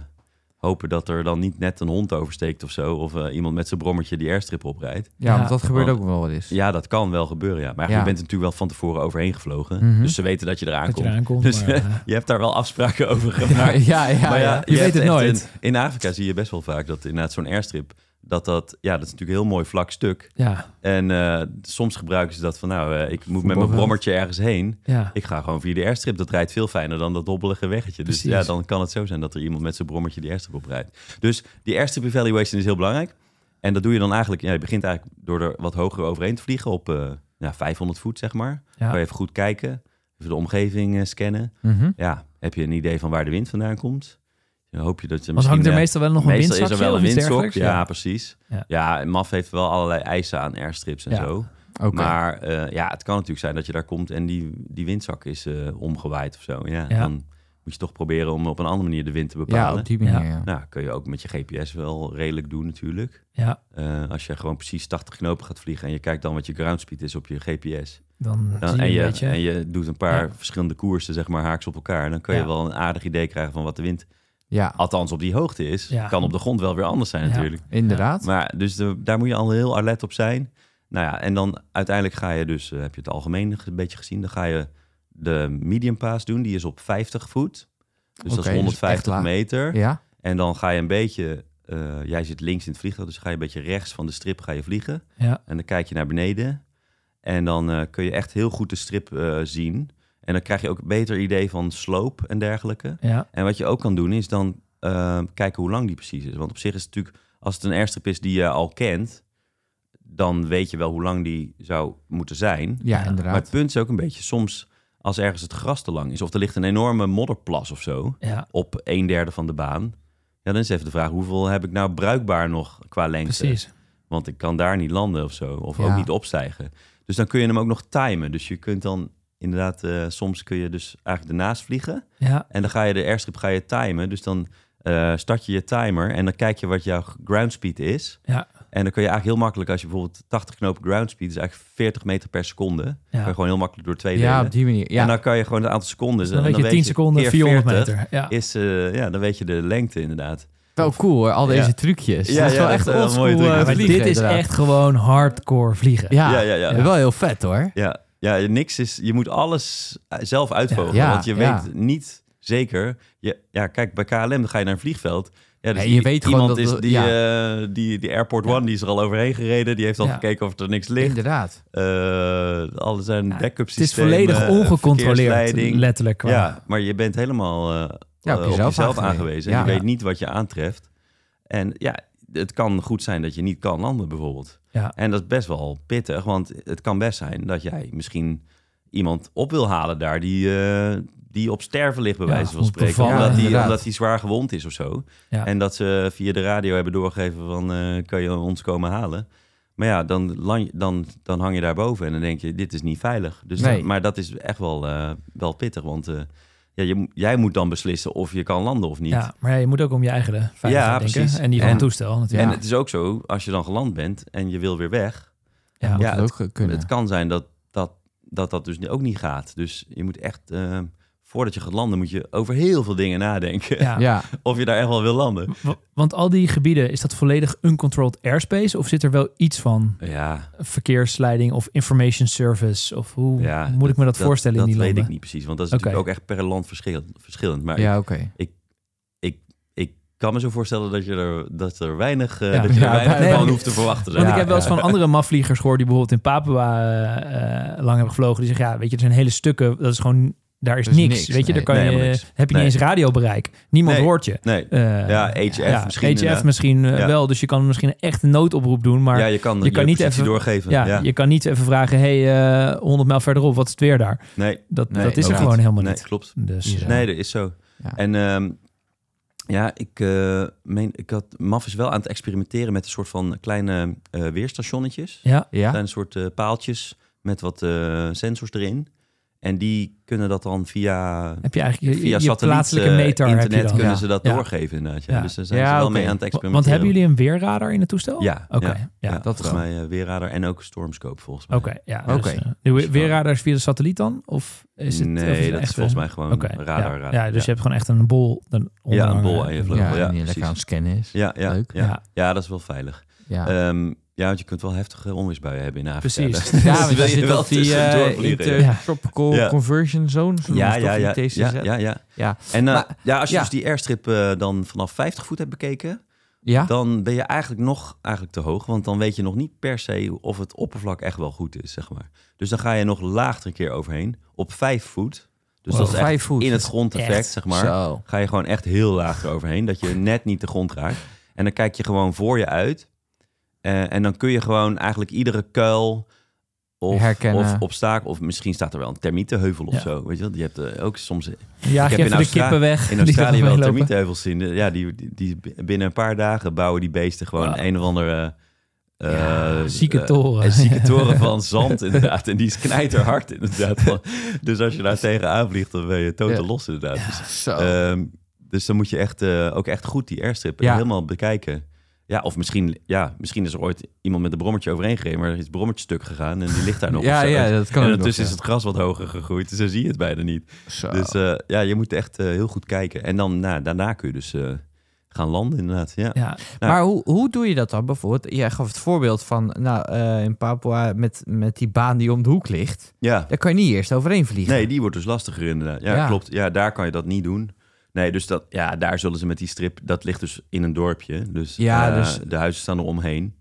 hopen dat er dan niet net een hond oversteekt of zo. Of eh, iemand met zijn brommertje die airstrip oprijdt. Ja, want dat gebeurt Want- ook wel wat eens. Ja, dat kan wel gebeuren, ja. Maar Ja. je bent er natuurlijk wel van tevoren overheen gevlogen. Mhm. Dus ze weten dat je eraan Dat je komt. eraan komt. Dus maar, eh, je hebt daar wel afspraken over gemaakt. ja, ja, Maar ja. je weet hebt het echt nooit. In, in Afrika zie je best wel vaak dat inderdaad zo'n airstrip... Dat dat, ja, dat is natuurlijk een heel mooi vlak stuk. ja, En eh, soms gebruiken ze dat van, nou, eh, ik moet met mijn Voetbalveld. brommertje ergens heen. ja. Ik ga gewoon via de airstrip. Dat rijdt veel fijner dan dat dobbelige weggetje. Dus Precies. ja, dan kan het zo zijn dat er iemand met zijn brommertje die airstrip oprijdt. Dus die airstrip evaluation is heel belangrijk. En dat doe je dan eigenlijk... Ja, je begint eigenlijk door er wat hoger overheen te vliegen op eh, ja, 500 voet, zeg maar. Ja. Kan je even goed kijken. Even de omgeving eh, scannen. Mhm. Ja, heb je een idee van waar de wind vandaan komt? Dan hoop je dat je Want misschien... hangt er eh, meestal wel nog een Meestal is windzakje er wel of een iets windstok. dergelijks? Ja, precies. Ja. Ja. en MAF heeft wel allerlei eisen aan airstrips en Ja. zo. Oké. Maar eh, ja, het kan natuurlijk zijn dat je daar komt en die, die windzak is eh, omgewaaid of zo. Ja, Ja. Dan moet je toch proberen om op een andere manier de wind te ja, bepalen. op die manier. Ja. ja. Nou, kun je ook met je GPS wel redelijk doen natuurlijk. Ja, Eh, als je gewoon precies 80 knopen gaat vliegen en je kijkt dan wat je ground speed is op je GPS. dan, Dan- zie je en, een je, beetje. en je doet een paar Ja. verschillende koersen, zeg maar, haaks op elkaar. Dan kun je Ja. wel een aardig idee krijgen van wat de wind, Ja, althans op die hoogte is. Ja. Kan op de grond wel weer anders zijn Ja. natuurlijk. inderdaad. Maar dus de- daar moet je al heel alert op zijn. Nou ja, en dan uiteindelijk ga je dus, eh, heb je het algemeen een beetje gezien, dan ga je de medium pass doen. Die is op 50 voet. Dus dat Oké, is dus 150 echt laag. meter. Ja, En dan ga je een beetje, eh, jij zit links in het vliegtuig, dus ga je een beetje rechts van de strip ga je vliegen. Ja. En dan kijk je naar beneden. En dan eh, kun je echt heel goed de strip eh, zien. En dan krijg je ook een beter idee van sloop en dergelijke. ja, En wat je ook kan doen is dan eh, kijken hoe lang die precies is. Want op zich is het natuurlijk, als het een airstrip is die je al kent, dan weet je wel hoe lang die zou moeten zijn. ja Maar het inderdaad. punt is ook een beetje soms als ergens het gras te lang is, of er ligt een enorme modderplas of zo ja, op een derde van de baan. Ja, dan is even de vraag, hoeveel heb ik nou bruikbaar nog qua lengte? precies. Want ik kan daar niet landen of zo, of Ja. ook niet opstijgen. Dus dan kun je hem ook nog timen. Dus je kunt dan inderdaad, eh, soms kun je dus eigenlijk ernaast vliegen. Ja, En dan ga je de airstrip ga je timen. Dus dan eh, start je je timer en dan kijk je wat jouw ground speed is. ja, En dan kun je eigenlijk heel makkelijk, als je bijvoorbeeld 80 knopen ground speed, is eigenlijk 40 meter per seconde. Kun je ja. gewoon heel makkelijk door twee Ja, op delen. die manier. En Ja, dan kan je gewoon het aantal seconden. Dan weet je 10 seconden keer 400 40 meter. Ja, Is, eh, ja, dan weet je de lengte inderdaad. wel cool hoor, al deze Ja. trucjes. Ja, dat is ja, wel dat echt is wel een mooie oldschool truc. eh, Ja, maar vliegen dit is inderdaad. echt gewoon hardcore vliegen. Ja, Ja, ja, ja. wel heel vet hoor. Ja, ja, niks is. Je moet alles eh, zelf uitvogelen. Ja, want je ja. weet niet zeker. Je, ja, kijk, bij KLM ga je naar een vliegveld. Ja, dus Nee, je weet gewoon iemand dat is er- die, eh, die, die Airport One, die is er al overheen gereden. Die heeft al Ja. gekeken of er niks ligt. Inderdaad. Eh alle zijn backup Het is systemen. volledig eh, ongecontroleerd, verkeersleiding. letterlijk. qua- Ja, maar je bent helemaal eh, eh, op, jezelf aangewezen. En Ja. je weet niet wat je aantreft. En ja, het kan goed zijn dat je niet kan landen bijvoorbeeld. Ja. En dat is best wel pittig, want het kan best zijn dat jij misschien iemand op wil halen daar die, eh, die op sterven ligt bij Ja, wijze van moet spreken. bevallen, omdat, die, inderdaad. omdat die zwaar gewond is of zo. Ja. En dat ze via de radio hebben doorgegeven van eh, kan je ons komen halen. Maar ja, dan, lan- dan, dan hang je daarboven en dan denk je, dit is niet veilig. Dus Nee. dat- maar dat is echt wel, eh, wel pittig, want eh, ja, je, mo- jij moet dan beslissen of je kan landen of niet. Ja, maar ja, je moet ook om je eigen eh, veiligheid Ja, denken. precies. En die van En- het toestel natuurlijk. En het is ook zo, als je dan geland bent en je wil weer weg, Ja, Moet ja, het ook kunnen. het kan zijn dat dat, dat dat dus ook niet gaat. Dus je moet echt, eh, voordat je gaat landen, moet je over heel veel dingen nadenken. ja. ja. Of je daar echt wel wil landen. Wa- Want al die gebieden, is dat volledig uncontrolled airspace? Of zit er wel iets van Ja, verkeersleiding of information service? Of hoe ja, moet ik me dat, voorstellen dat in die weet landen? ik niet precies, want dat is Oké. natuurlijk ook echt per land verschil- verschillend. Maar Ja, oké. ik kan me zo voorstellen dat je er, dat er weinig, eh, Ja. dat je Ja, er weinig nee, van want- hoeft te verwachten. Want zeg ik maar. heb wel eens Ja. van andere mafvliegers gehoord die bijvoorbeeld in Papua eh, eh, lang hebben gevlogen. Die zeggen, ja, weet je, er zijn hele stukken, dat is gewoon, daar is, Er is niks, niks, Weet nee. je, daar kan Nee, je, helemaal niks. heb je Nee. niet eens radiobereik. Niemand Nee. hoort je. Nee, Eh, Ja, HF misschien, HF inderdaad. misschien eh, Ja. wel, dus je kan misschien echt een noodoproep doen. Maar ja, ja, je kan je je, kan niet niet even even- doorgeven. Ja, ja, je kan niet even vragen, hey, eh, 100 mijl verderop, wat is het weer daar? Nee, Dat, Nee, dat is er ook gewoon niet. helemaal nee, niet. klopt. Dus, Bizar. eh, Nee, dat is zo. Ja. En ehm, Ja, ik, eh, meen, ik had, MAF is wel aan het experimenteren met een soort van kleine eh, weerstationnetjes. Ja. Het Ja, zijn een soort eh, paaltjes met wat eh, sensors erin. En die kunnen dat dan via, Heb je eigenlijk je, via je satelliet, plaatselijke eh, meter heb je internet dan. kunnen Ja. ze dat Ja. doorgeven inderdaad. Ja. Ja. Dus daar zijn Ja, ze wel oké. mee aan het Wa- experimenteren. Want hebben jullie een weerradar in het toestel? Ja, Oké, ja, ja. ja, dat volgens mij eh, weerradar en ook stormscope volgens mij. Oké, ja. Oké. Dus, eh, de we- weerradars via de satelliet dan? Of is het, of nee, het dat echt is volgens een- mij gewoon Oké, radar. ja. radar. ja, dus je hebt gewoon echt een bol. Een ja, een onderhanger. bol aan je vleugel. Ja, en die lekker precies. aan het scannen is. ja, ja, Leuk. Ja. Ja. Ja, dat is wel veilig. Ja. Ehm, ja, want je kunt wel heftige onweersbuien hebben in Afrika. Precies. Daar- Ja, daar we wil zitten op die tussendoor eh, vliegen, ja. Intertropical Ja. Conversion Zone. zo Ja, noemen ze ja, dat, ja, die TCZ. ja, ja, ja. Ja. En eh, Maar- ja, als je ja. dus die airstrip eh, dan vanaf 50 voet hebt bekeken, Ja? dan ben je eigenlijk nog eigenlijk te hoog. Want dan weet je nog niet per se of het oppervlak echt wel goed is, zeg maar. Dus dan ga je nog lager een keer overheen, op 5 voet. Dus Wow. dat is echt Vijf voet. in het grondeffect, zeg maar. Zo. Ga je gewoon echt heel laag eroverheen, dat je net niet de grond raakt. En dan kijk je gewoon voor je uit. Eh, en dan kun je gewoon eigenlijk iedere kuil of, Herkennen. of obstakel... of misschien staat er wel een termietenheuvel of Ja. zo. Weet je wel? Je hebt eh, ook soms Ja, ik geef heb in even de Austra- kippen weg. in die Australië wel eromheen lopen. termietenheuvels zien. Ja, die, die, die binnen een paar dagen bouwen die beesten gewoon Wauw. een of andere... eh, Ja, zieke eh, toren. eh, zieke toren van zand, inderdaad. En die is knijterhard, inderdaad. Dus als je daar tegenaan vliegt, dan ben je totaal Ja. los, inderdaad. Dus, Zo. ehm, dus dan moet je echt, eh, ook echt goed die airstrip Ja. helemaal bekijken. Ja, of misschien, ja, misschien is er ooit iemand met een brommertje overheen gereden, maar is het brommertje stuk gegaan en die ligt daar nog. ja, of zo. ja, dat kan en ook ondertussen is nog, het gras wat hoger gegroeid, dus dan zie je het bijna niet. ja. Zo. Dus eh, ja, je moet echt eh, heel goed kijken. En dan nou, daarna kun je dus eh, gaan landen, inderdaad. Ja. Ja, nou- maar hoe, hoe doe je dat dan bijvoorbeeld? Jij gaf het voorbeeld van nou, eh, in Papua met, met die baan die om de hoek ligt. ja. Daar kan je niet eerst overheen vliegen. Nee, die wordt dus lastiger, inderdaad. Ja, Ja. klopt. Ja, daar kan je dat niet doen. Nee, dus dat, ja, daar zullen ze met die strip. Dat ligt dus in een dorpje. Dus, Ja, eh, dus- de huizen staan er omheen.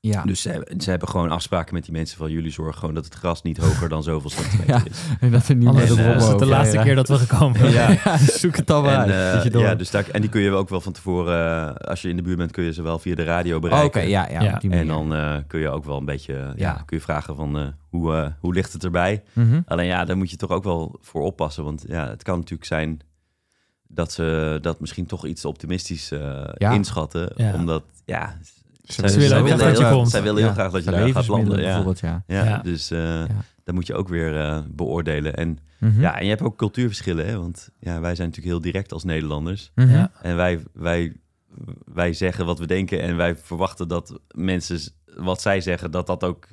Ja. Dus ze hebben, ze hebben gewoon afspraken met die mensen van jullie zorgen gewoon dat het gras niet hoger dan zoveel centimeter Ja. is. En dat er niet anders En, dan eh, was het de over- laatste ja, keer dat we gekomen zijn. Ja. Ja, zoek het dan maar En, uit. eh, dat je door- ja, dus daar, en die kun je ook wel van tevoren, eh, als je in de buurt bent, kun je ze wel via de radio Oh, Oké, bereiken. ja, ja, Ja. op die En manier. dan eh, kun je ook wel een beetje ja. Ja. kun je vragen van eh, hoe, eh, hoe ligt het erbij? Mhm. Alleen ja, daar moet je toch ook wel voor oppassen. Want ja, het kan natuurlijk zijn dat ze dat misschien toch iets te optimistisch eh, Ja. inschatten. Ja. Omdat ja, zij, willen ook graag dat je heel, komt. zij willen heel graag dat je de daar gaat landen. levensmiddelen Ja. Bijvoorbeeld, ja. Ja, Ja. Dus eh Ja. dat moet je ook weer eh, beoordelen. En, Mhm. ja, en je hebt ook cultuurverschillen. Hè? Want ja, wij zijn natuurlijk heel direct als Nederlanders. Mhm. Ja. En wij, wij, wij zeggen wat we denken en wij verwachten dat mensen z- wat zij zeggen, dat dat ook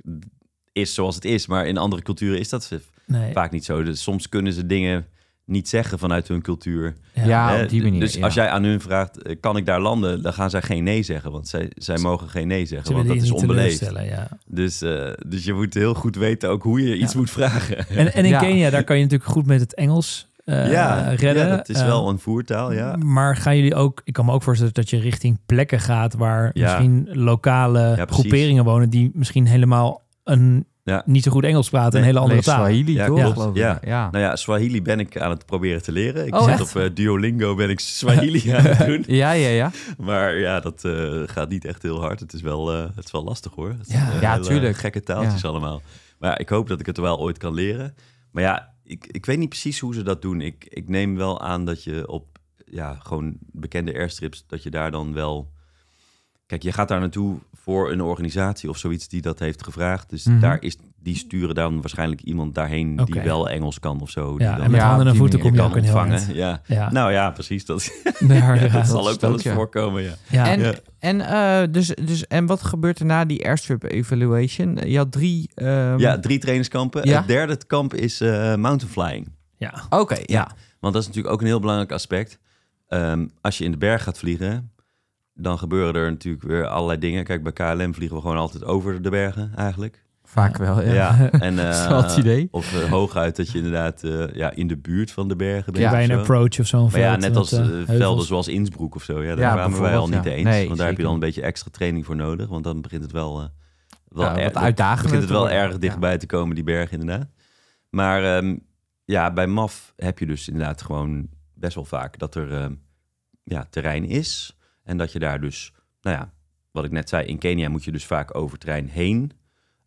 is zoals het is. Maar in andere culturen is dat v- Nee. vaak niet zo. Dus soms kunnen ze dingen niet zeggen vanuit hun cultuur. Ja, Hè, op die manier. dus ja. als jij aan hun vraagt, eh, kan ik daar landen? Dan gaan zij geen nee zeggen, want zij, zij mogen geen nee zeggen, Ze want willen dat je is niet onbeleefd. teleurstellen, ja. Dus, eh, dus je moet heel goed weten ook hoe je iets moet vragen. En, en in Ja. Kenia, daar kan je natuurlijk goed met het Engels eh, ja, redden. ja, dat is Eh, Mm. wel een voertaal, ja. Maar gaan jullie ook, ik kan me ook voorstellen dat je richting plekken gaat waar Ja. misschien lokale precies. groeperingen wonen die misschien helemaal een, Ja. niet zo goed Engels praten, Nee, een hele andere Mhm. Lees taal. Swahili, Ja, toch? klopt. geloof ik. Ja. ja. Nou ja, Swahili ben ik aan het proberen te leren. Ik Oh, zit echt? op eh, Duolingo, ben ik Swahili aan het doen. Ja, ja, ja. Maar ja, dat eh, gaat niet echt heel hard. Het is wel, eh, het is wel lastig hoor. Het Ja. zijn, eh, Ja, hele tuurlijk. Gekke taaltjes Ja. allemaal. Maar ja, ik hoop dat ik het wel ooit kan leren. Maar ja, ik, ik weet niet precies hoe ze dat doen. Ik, ik neem wel aan dat je op ja, gewoon bekende airstrips, dat je daar dan wel... Kijk, je gaat daar naartoe voor een organisatie of zoiets die dat heeft gevraagd. Dus Mhm. daar is, die sturen dan waarschijnlijk iemand daarheen die Oké. wel Engels kan of zo. die Ja, dan en met Ja, op handen en die voeten manier. kom je kan ook een heel eind. ontvangen. Ja. Ja. Nou ja, precies. Dat, Daar, ja. dat dat zal ook wel eens stoot, ja. voorkomen, ja. Ja. En, Ja. en, eh, dus, dus, en wat gebeurt er na die airstrip evaluation? Je had drie... ehm, Ja, drie trainingskampen. Ja. Het derde kamp is eh, mountain flying. ja. Oké, ja. Want dat is natuurlijk ook een heel belangrijk aspect. Ehm, als je in de berg gaat vliegen, dan gebeuren er natuurlijk weer allerlei dingen. Kijk, bij KLM vliegen we gewoon altijd over de bergen eigenlijk. Vaak wel, ja. Ja, en, Dat is eh, wel het idee. Of eh, hooguit dat je inderdaad eh, ja, in de buurt van de bergen bent. Ja, of bij een zo. approach of zo'n Maar veld. ja, net met, als eh, eh, heuvels. velden zoals Innsbruck of zo. Ja, daar Ja, waren wij al bijvoorbeeld, niet ja. eens. Nee, want daar heb zeker je dan een niet. beetje extra training voor nodig. Want dan begint het wel, eh wel Ja, erg- wat uitdagender begint het te wel worden. erg Ja. dichtbij te komen, die berg inderdaad. Maar ehm, ja, bij MAF heb je dus inderdaad gewoon best wel vaak dat er ehm, ja, terrein is. En dat je daar dus, nou ja, wat ik net zei, in Kenia moet je dus vaak over terrein heen.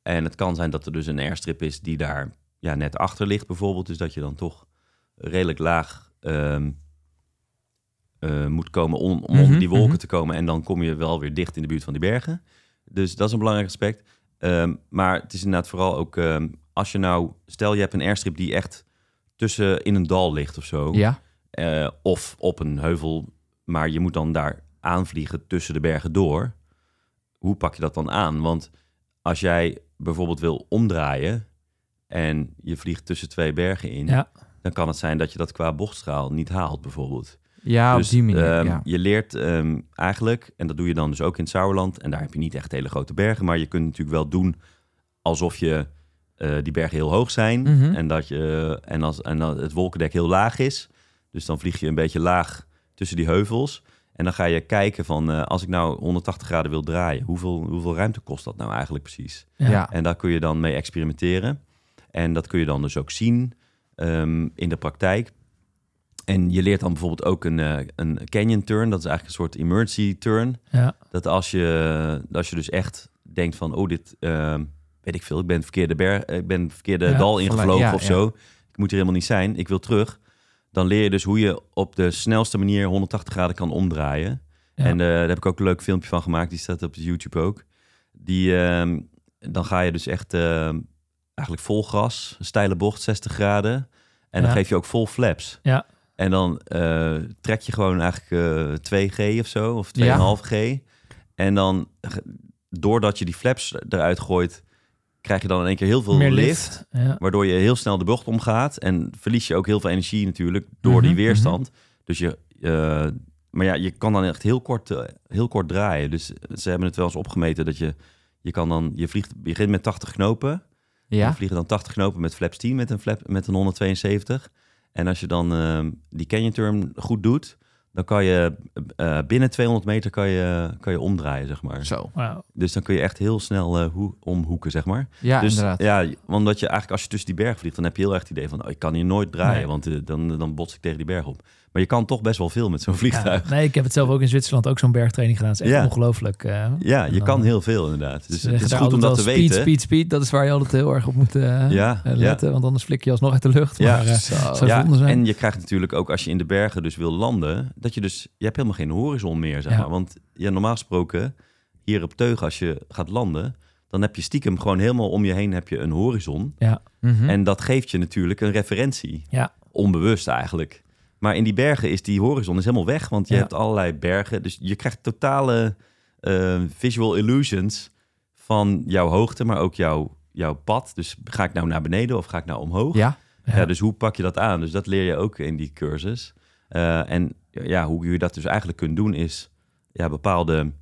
En het kan zijn dat er dus een airstrip is die daar ja, net achter ligt bijvoorbeeld. Dus dat je dan toch redelijk laag ehm, eh, moet komen om, om Mhm, onder die wolken mhm. te komen. En dan kom je wel weer dicht in de buurt van die bergen. Dus dat is een belangrijk aspect. Ehm, maar het is inderdaad vooral ook ehm, als je nou, stel je hebt een airstrip die echt tussen in een dal ligt of zo. Ja, Eh, of op een heuvel, maar je moet dan daar aanvliegen tussen de bergen door. Hoe pak je dat dan aan? Want als jij bijvoorbeeld wil omdraaien en je vliegt tussen twee bergen in, Ja. dan kan het zijn dat je dat qua bochtstraal niet haalt bijvoorbeeld. ja Dus, op die manier. ehm, ja. Je leert ehm, eigenlijk, en dat doe je dan dus ook in het Sauerland, en daar heb je niet echt hele grote bergen, maar je kunt natuurlijk wel doen alsof je eh, die bergen heel hoog zijn Mhm. en, dat je, en, als, en dat het wolkendek heel laag is. Dus dan vlieg je een beetje laag tussen die heuvels. En dan ga je kijken van, eh, als ik nou 180 graden wil draaien, hoeveel, hoeveel ruimte kost dat nou eigenlijk precies? ja. ja. En daar kun je dan mee experimenteren. En dat kun je dan dus ook zien ehm, in de praktijk. En je leert dan bijvoorbeeld ook een, eh, een canyon turn. Dat is eigenlijk een soort emergency turn. Ja. Dat als je, als je dus echt denkt van... oh, dit ehm, weet ik veel. Ik ben het verkeerde, berg, ik ben het verkeerde Ja, dal verla- ingevlogen ja, of ja. zo. Ik moet er helemaal niet zijn. Ik wil terug. Dan leer je dus hoe je op de snelste manier 180 graden kan omdraaien. Ja. En eh, daar heb ik ook een leuk filmpje van gemaakt. Die staat op YouTube ook. Die, ehm, dan ga je dus echt ehm, eigenlijk vol gras, een steile bocht, 60 graden. En dan Ja. geef je ook vol flaps. Ja. En dan eh, trek je gewoon eigenlijk eh 2G of zo, of 2,5G. Ja. En dan, ge- doordat je die flaps eruit gooit, krijg je dan in één keer heel veel Meer lift. lift. Ja. Waardoor je heel snel de bocht omgaat. En verlies je ook heel veel energie natuurlijk door Mhm, die weerstand. Dus je. eh, maar ja, je kan dan echt heel kort, eh, heel kort draaien. Dus ze hebben het wel eens opgemeten dat je. Je kan dan. Je vliegt. je begint met 80 knopen. ja. Je vliegen dan 80 knopen met flaps 10 met een, flap, met een 172. En als je dan ehm, die canyon turn goed doet. Dan kan je eh, binnen 200 meter kan je, kan je omdraaien, zeg maar. Zo. Wauw. Dus dan kun je echt heel snel eh, hoe, omhoeken, zeg maar Ja, dus inderdaad. ja, omdat je eigenlijk als je tussen die berg vliegt, dan heb je heel erg het idee van oh, ik kan hier nooit draaien, Nee. want eh, dan, dan bots ik tegen die berg op. Maar je kan toch best wel veel met zo'n vliegtuig. Ja. Ja, Nee, ik heb het zelf ook in Zwitserland ook zo'n bergtraining gedaan. Het is echt Ja. ongelooflijk. eh. je En dan, kan eh, heel veel inderdaad. Dus ze het zeggen is daar goed om altijd dat te wel weten. Speed, speed, speed. Dat is waar je altijd heel erg op moet eh, Ja, eh, ja. letten. Want anders flik je alsnog uit de lucht. Ja. Maar, eh, Zo. het zou Ja, zonde zijn. en je krijgt natuurlijk ook als je in de bergen dus wil landen, dat je dus je hebt helemaal geen horizon meer, zeg Ja. maar. Want ja, normaal gesproken hier op teug als je gaat landen, dan heb je stiekem gewoon helemaal om je heen heb je een horizon. Mhm. eh, En dat geeft je natuurlijk een referentie. Ja. Onbewust eigenlijk. Maar in die bergen is die horizon is helemaal weg, want je Ja. hebt allerlei bergen. Dus je krijgt totale eh, visual illusions van jouw hoogte, maar ook jouw, jouw pad. Dus ga ik nou naar beneden of ga ik nou omhoog? ja. Ja, dus hoe pak je dat aan? Dus dat leer je ook in die cursus. Eh, en ja, hoe je dat dus eigenlijk kunt doen is ja, bepaalde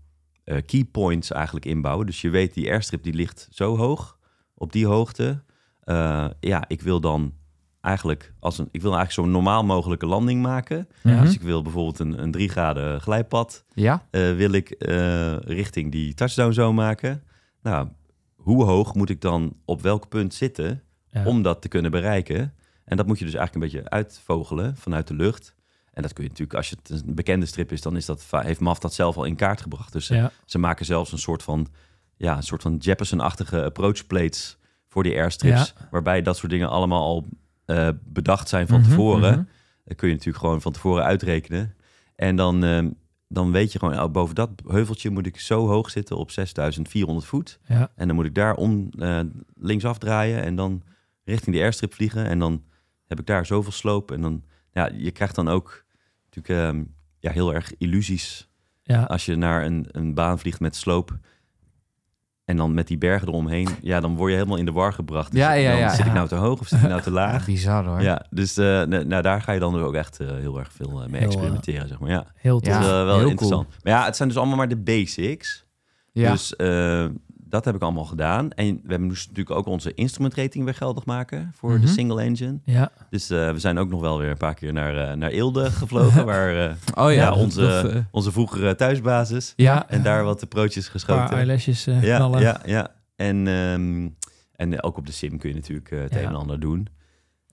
eh, key points eigenlijk inbouwen. Dus je weet die airstrip die ligt zo hoog, op die hoogte. Eh, ja, ik wil dan eigenlijk, als een, ik wil eigenlijk zo'n normaal mogelijke landing maken. Mhm. Dus ik wil bijvoorbeeld een, een drie graden glijpad Ja. eh, wil ik eh, richting die touchdown zone maken. Nou, hoe hoog moet ik dan op welk punt zitten Ja. om dat te kunnen bereiken? En dat moet je dus eigenlijk een beetje uitvogelen vanuit de lucht. En dat kun je natuurlijk, als het een bekende strip is, dan is dat, va- heeft MAF dat zelf al in kaart gebracht. Dus ze, Ja. ze maken zelfs een soort van, ja, een soort van Jefferson-achtige approach plates voor die airstrips. Waarbij dat soort dingen allemaal al eh, bedacht zijn van tevoren. Dat kun je natuurlijk gewoon van tevoren uitrekenen. En dan, ehm, dan weet je gewoon, oh, boven dat heuveltje moet ik zo hoog zitten op 6400 voet. Ja. En dan moet ik daar om eh, linksaf draaien en dan richting de airstrip vliegen. En dan heb ik daar zoveel sloop. En dan, ja, je krijgt dan ook natuurlijk ehm, ja, heel erg illusies. Ja. Als je naar een, een baan vliegt met sloop en dan met die bergen eromheen. Ja, dan word je helemaal in de war gebracht. Ja, ja, dan ja, zit ik ja. nou te hoog of zit ik nou te laag? Bizar hoor. Ja, dus eh, nou, nou, daar ga je dan ook echt eh, heel erg veel eh, mee Heel, experimenteren, zeg maar. Ja, Heel dat tof. is Ja, eh, heel wel cool. interessant. Maar ja, het zijn dus allemaal maar de basics. Ja. Dus eh, dat heb ik allemaal gedaan. En we hebben dus natuurlijk ook onze instrument rating weer geldig maken voor Mhm. de single engine. Ja. Dus eh, we zijn ook nog wel weer een paar keer naar, eh, naar Eelde gevlogen, waar eh, oh ja. ja, dat- onze, dat, eh, onze vroegere thuisbasis. ja. En daar wat approaches Een paar geschoten. eyelashes eh, ja, knallen. ja, ja. En, ehm, en ook op de sim kun je natuurlijk eh, het Ja. een en ander doen.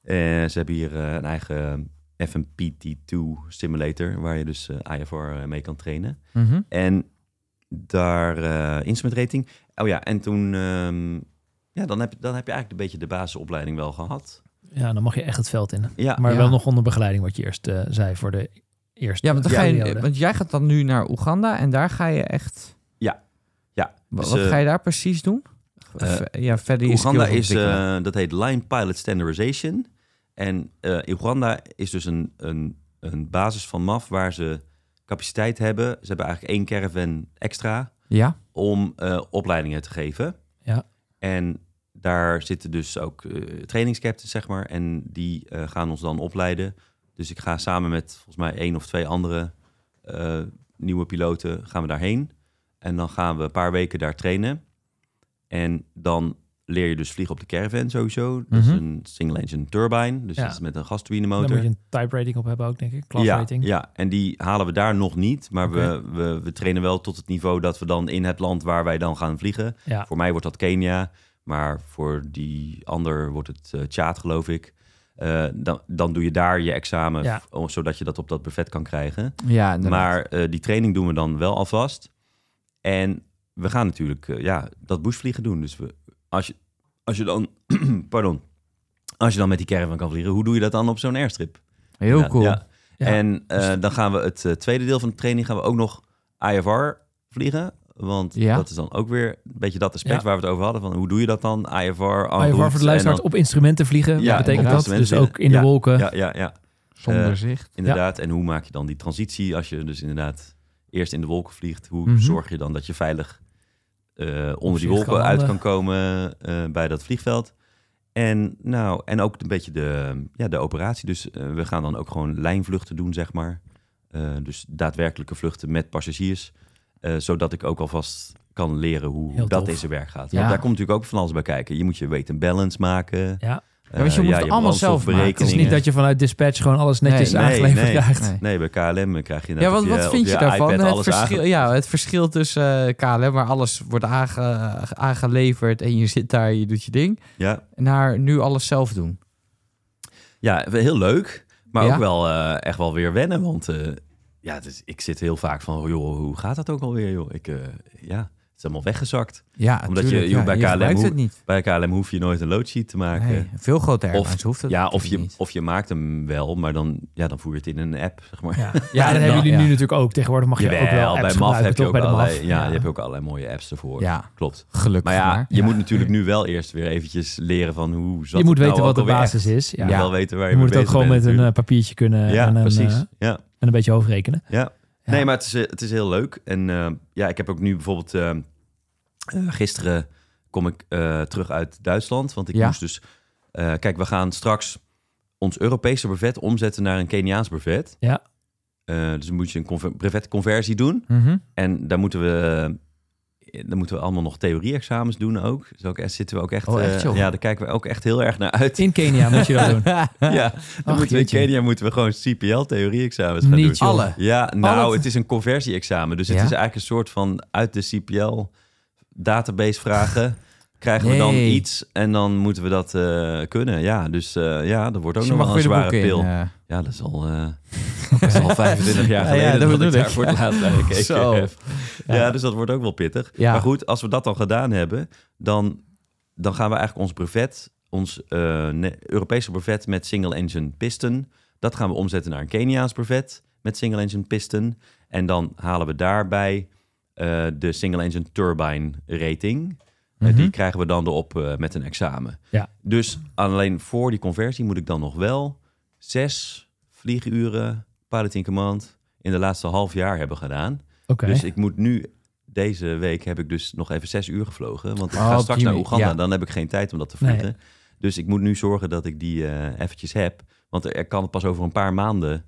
Eh, ze hebben hier eh, een eigen FMPT2 simulator, waar je dus eh, IFR mee kan trainen. Mhm. En daar eh instrument rating. Oh ja, en toen. ehm, ja, dan heb, dan heb je eigenlijk een beetje de basisopleiding wel gehad. Ja, dan mag je echt het veld in. Ja, Maar Ja. wel nog onder begeleiding, wat je eerst eh, zei voor de eerst. Ja, want, dan ga je, want jij gaat dan nu naar Oeganda en daar ga je echt... Ja. Ja. Wa- Dus, wat eh, ga je daar precies doen? eh, Of, eh, ja, verder je Oeganda skill is, ontwikkelen. eh, dat heet Line Pilot Standardization. En eh Oeganda is dus een, een, een basis van MAF waar ze capaciteit hebben. Ze hebben eigenlijk één caravan extra ja, om eh, opleidingen te geven. Ja. Oh, En daar zitten dus ook eh, trainingscaptains, zeg maar. En die eh, gaan ons dan opleiden. Dus ik ga samen met volgens mij één of twee andere eh, nieuwe piloten gaan we daarheen. En dan gaan we een paar weken daar trainen. En dan leer je dus vliegen op de caravan sowieso. Dat is Mhm. een single engine turbine. Dus Ja. dat is met een gasturbine Daar motor. moet je een type rating op hebben ook, denk ik. Class ja, rating. Ja, en die halen we daar nog niet. Maar we, Oké. we, we trainen wel tot het niveau dat we dan in het land waar wij dan gaan vliegen. Ja. Voor mij wordt dat Kenia, maar voor die ander wordt het eh Tjaad, geloof ik. Eh, dan, dan doe je daar je examen, Ja. f- om- zodat je dat op dat buffet kan krijgen. ja inderdaad. Maar eh, die training doen we dan wel alvast. En we gaan natuurlijk eh, ja, dat bushvliegen doen. Dus we, als, je, als je dan... pardon. Als je dan met die caravan kan vliegen, hoe doe je dat dan op zo'n airstrip? heel Ja, cool. ja. Ja. En eh, dan gaan we het eh, tweede deel van de training gaan we ook nog IFR vliegen. Want Ja. dat is dan ook weer een beetje dat aspect Ja. waar we het over hadden. Van hoe doe je dat dan? IFR, IFR Maar voor de luisteraars op instrumenten vliegen, Ja, wat betekent op dat? instrumenten Dus ook in de Ja, wolken. Ja, ja, ja, Zonder eh, zicht. inderdaad. En hoe maak je dan die transitie als je dus inderdaad eerst in de wolken vliegt? Hoe Mhm. zorg je dan dat je veilig eh, onder die Vlieg wolken kan uit landen. kan komen eh, bij dat vliegveld? En, nou, en ook een beetje de, ja, de operatie. Dus eh, we gaan dan ook gewoon lijnvluchten doen, zeg maar. Eh, dus daadwerkelijke vluchten met passagiers. eh, zodat ik ook alvast kan leren hoe Heel dat tof. deze werk gaat. Ja. Want daar komt natuurlijk ook van alles bij kijken. Je moet je weight and balance maken. Ja. Ja, want je Eh, moet het hebt allemaal zelf maken. Het is niet brandstofberekeningen. dat je vanuit dispatch gewoon alles netjes Nee, nee, aangeleverd nee. krijgt. Nee, bij KLM krijg je net Ja, wat, op wat op vind je, daarvan? iPad Het alles verschil, aange- ja, het verschil tussen eh KLM, waar alles wordt aange- aangeleverd en je zit daar, je doet je ding, Ja. naar nu alles zelf doen. ja, heel leuk. Maar Ja. ook wel eh, echt wel weer wennen. Want eh, ja, het is- ik zit heel vaak van, joh, hoe gaat dat ook alweer? Joh? Ik, eh, ja, het is allemaal weggezakt. Ja, Omdat je- Ah, tuurlijk, joh, ja, bij je KLM gebruikt hoe- het niet. Bij KLM hoef je nooit een loadsheet te maken. Nee, veel groter airlines Of- hoeft het Ja, of je, natuurlijk niet. of je maakt hem wel, maar dan, ja, dan voer je het in een app, zeg maar. Ja, ja dat dan- hebben jullie ja. nu natuurlijk ook. Tegenwoordig mag je ook wel Jawel, apps bij MAF gebruiken, heb je toch? ook bij de MAF. allerlei, ja, je hebt ook allerlei mooie apps ervoor. Ja. Klopt. gelukkig Maar maar. ja, je moet natuurlijk nu wel eerst weer eventjes leren van hoe zat je moet het nou weten wat ook de alweer basis echt. is. Ja. Je moet wel weten waar je, je moet mee het ook bezig gewoon bent met een eh, natuurlijk. papiertje kunnen Ja, en, een, precies. eh, ja. en een beetje hoofdrekenen. Ja. Ja. Nee, maar het is, eh, het is heel leuk. En eh, ja, ik heb ook nu bijvoorbeeld... eh, eh, gisteren kom ik eh, terug uit Duitsland. Want ik Ja. moest dus... eh, kijk, we gaan straks ons Europese brevet omzetten naar een Keniaans brevet. Ja. Eh, dus dan moet je een conver- brevetconversie doen. Mhm. En daar moeten we... eh, Dan moeten we allemaal nog theorie-examens doen ook. Dus ook, eh, zitten we ook echt... Oh, echt, eh, joh? ja, daar kijken we ook echt heel erg naar uit. In Kenia moet je dat doen. ja, dan moeten we in jeetje. Kenia moeten we gewoon CPL-theorie-examens gaan Niet, joh. doen. Alle. Ja, nou, Al het- het is een conversie-examen. Dus het Ja? is eigenlijk een soort van uit de CPL-database vragen. Krijgen we dan Nee. iets en dan moeten we dat eh, kunnen. Ja, dus eh, ja, dat wordt ook Dus je nog mag wel een weer de zware boeken in. pil. eh. Ja, dat is al, eh, dat is al 25 jaar Ja, ja, geleden dat dat, bedoel ik ik. daar voor het laatst naar gekeken Zo. heb. Ja. dus dat wordt ook wel pittig. Ja. Maar goed, als we dat dan gedaan hebben, dan, dan gaan we eigenlijk ons brevet, ons eh, ne- Europese brevet met single engine piston, dat gaan we omzetten naar een Keniaans brevet met single engine piston. En dan halen we daarbij eh, de single engine turbine rating. Eh, Die krijgen we dan erop eh, met een examen. Ja. Dus alleen voor die conversie moet ik dan nog wel zes vlieguren pilot in command in de laatste half jaar hebben gedaan. Oké. Dus ik moet nu, deze week heb ik dus nog even zes uur gevlogen. Want ik Oh, ga op straks die naar manier, Oeganda, ja. dan heb ik geen tijd om dat te Nee. vliegen. Dus ik moet nu zorgen dat ik die eh, eventjes heb. Want er, er kan het pas over een paar maanden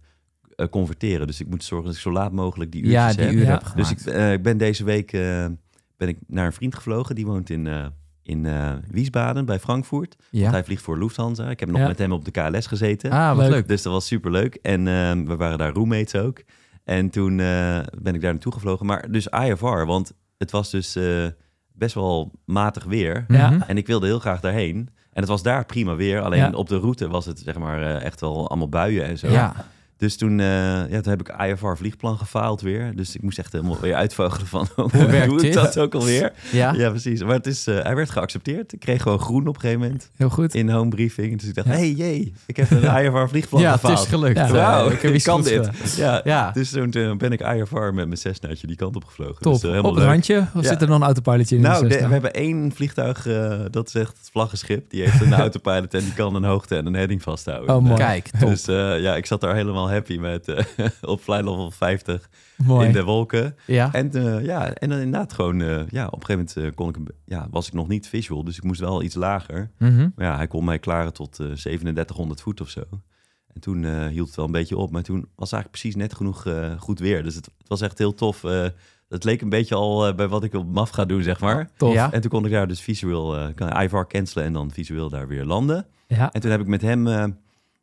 eh, converteren. Dus ik moet zorgen dat ik zo laat mogelijk die uurtjes ja, die heb. uren Ja. heb Dus gemaakt. ik, eh, ik ben deze week eh, ben ik naar een vriend gevlogen. Die woont in, eh, in eh, Wiesbaden bij Frankfurt. Want ja. hij vliegt voor Lufthansa. Ik heb nog Ja. met hem op de KLS gezeten. Ah, wat Leuk. leuk. Dus dat was superleuk. En ehm, we waren daar roommates ook. En toen eh, ben ik daar naartoe gevlogen. Maar dus IFR, want het was dus eh, best wel matig weer. Ja. Mhm. En ik wilde heel graag daarheen. En het was daar prima weer. Alleen Ja. op de route was het zeg maar eh, echt wel allemaal buien en zo. Ja. Dus toen, eh, ja, toen heb ik IFR vliegplan gefaald weer. Dus ik moest echt helemaal weer uitvogelen van hoe werkt doe ik dit? dat ook alweer? Ja, Ja, precies. Maar het is, eh, hij werd geaccepteerd. Ik kreeg gewoon groen op een gegeven moment Heel goed. in home briefing. Dus ik dacht, Ja. hey, jee, ik heb een IFR vliegplan ja het gefaald. is gelukt. Ja. Eh, Wauw, ik heb ik iets kan goeds dit. gedaan. Ja. Ja, Dus toen eh, ben ik IFR met mijn Cessnaatje die kant op gevlogen. Top. Dus, eh, helemaal Op het leuk. randje? Of Ja. zit er nog een autopilotje in? Dus, eh, Nou, de de- Cessna? we hebben één vliegtuig, eh, dat is echt het vlaggenschip. Die heeft een autopilot en die kan een hoogte en een heading vasthouden. Oh, En, eh, mooi. kijk, top. Dus eh, ja, ik zat daar helemaal happy met eh, op flight level 50 Mooi. in de wolken. Ja, En eh, ja, en dan inderdaad gewoon, eh, ja, op een gegeven moment eh, kon ik, hem- ja, was ik nog niet visual, dus ik moest wel iets lager. Mhm. Maar ja, hij kon mij klaren tot eh, 3700 voet of zo. En toen eh, hield het wel een beetje op, maar toen was eigenlijk precies net genoeg eh, goed weer. Dus het, het was echt heel tof. eh het leek een beetje al eh, bij wat ik op MAF ga doen, zeg maar. Tof. Ja. En toen kon ik daar dus visueel, eh, kan IVAR cancelen en dan visueel daar weer landen. Ja. En toen heb ik met hem eh,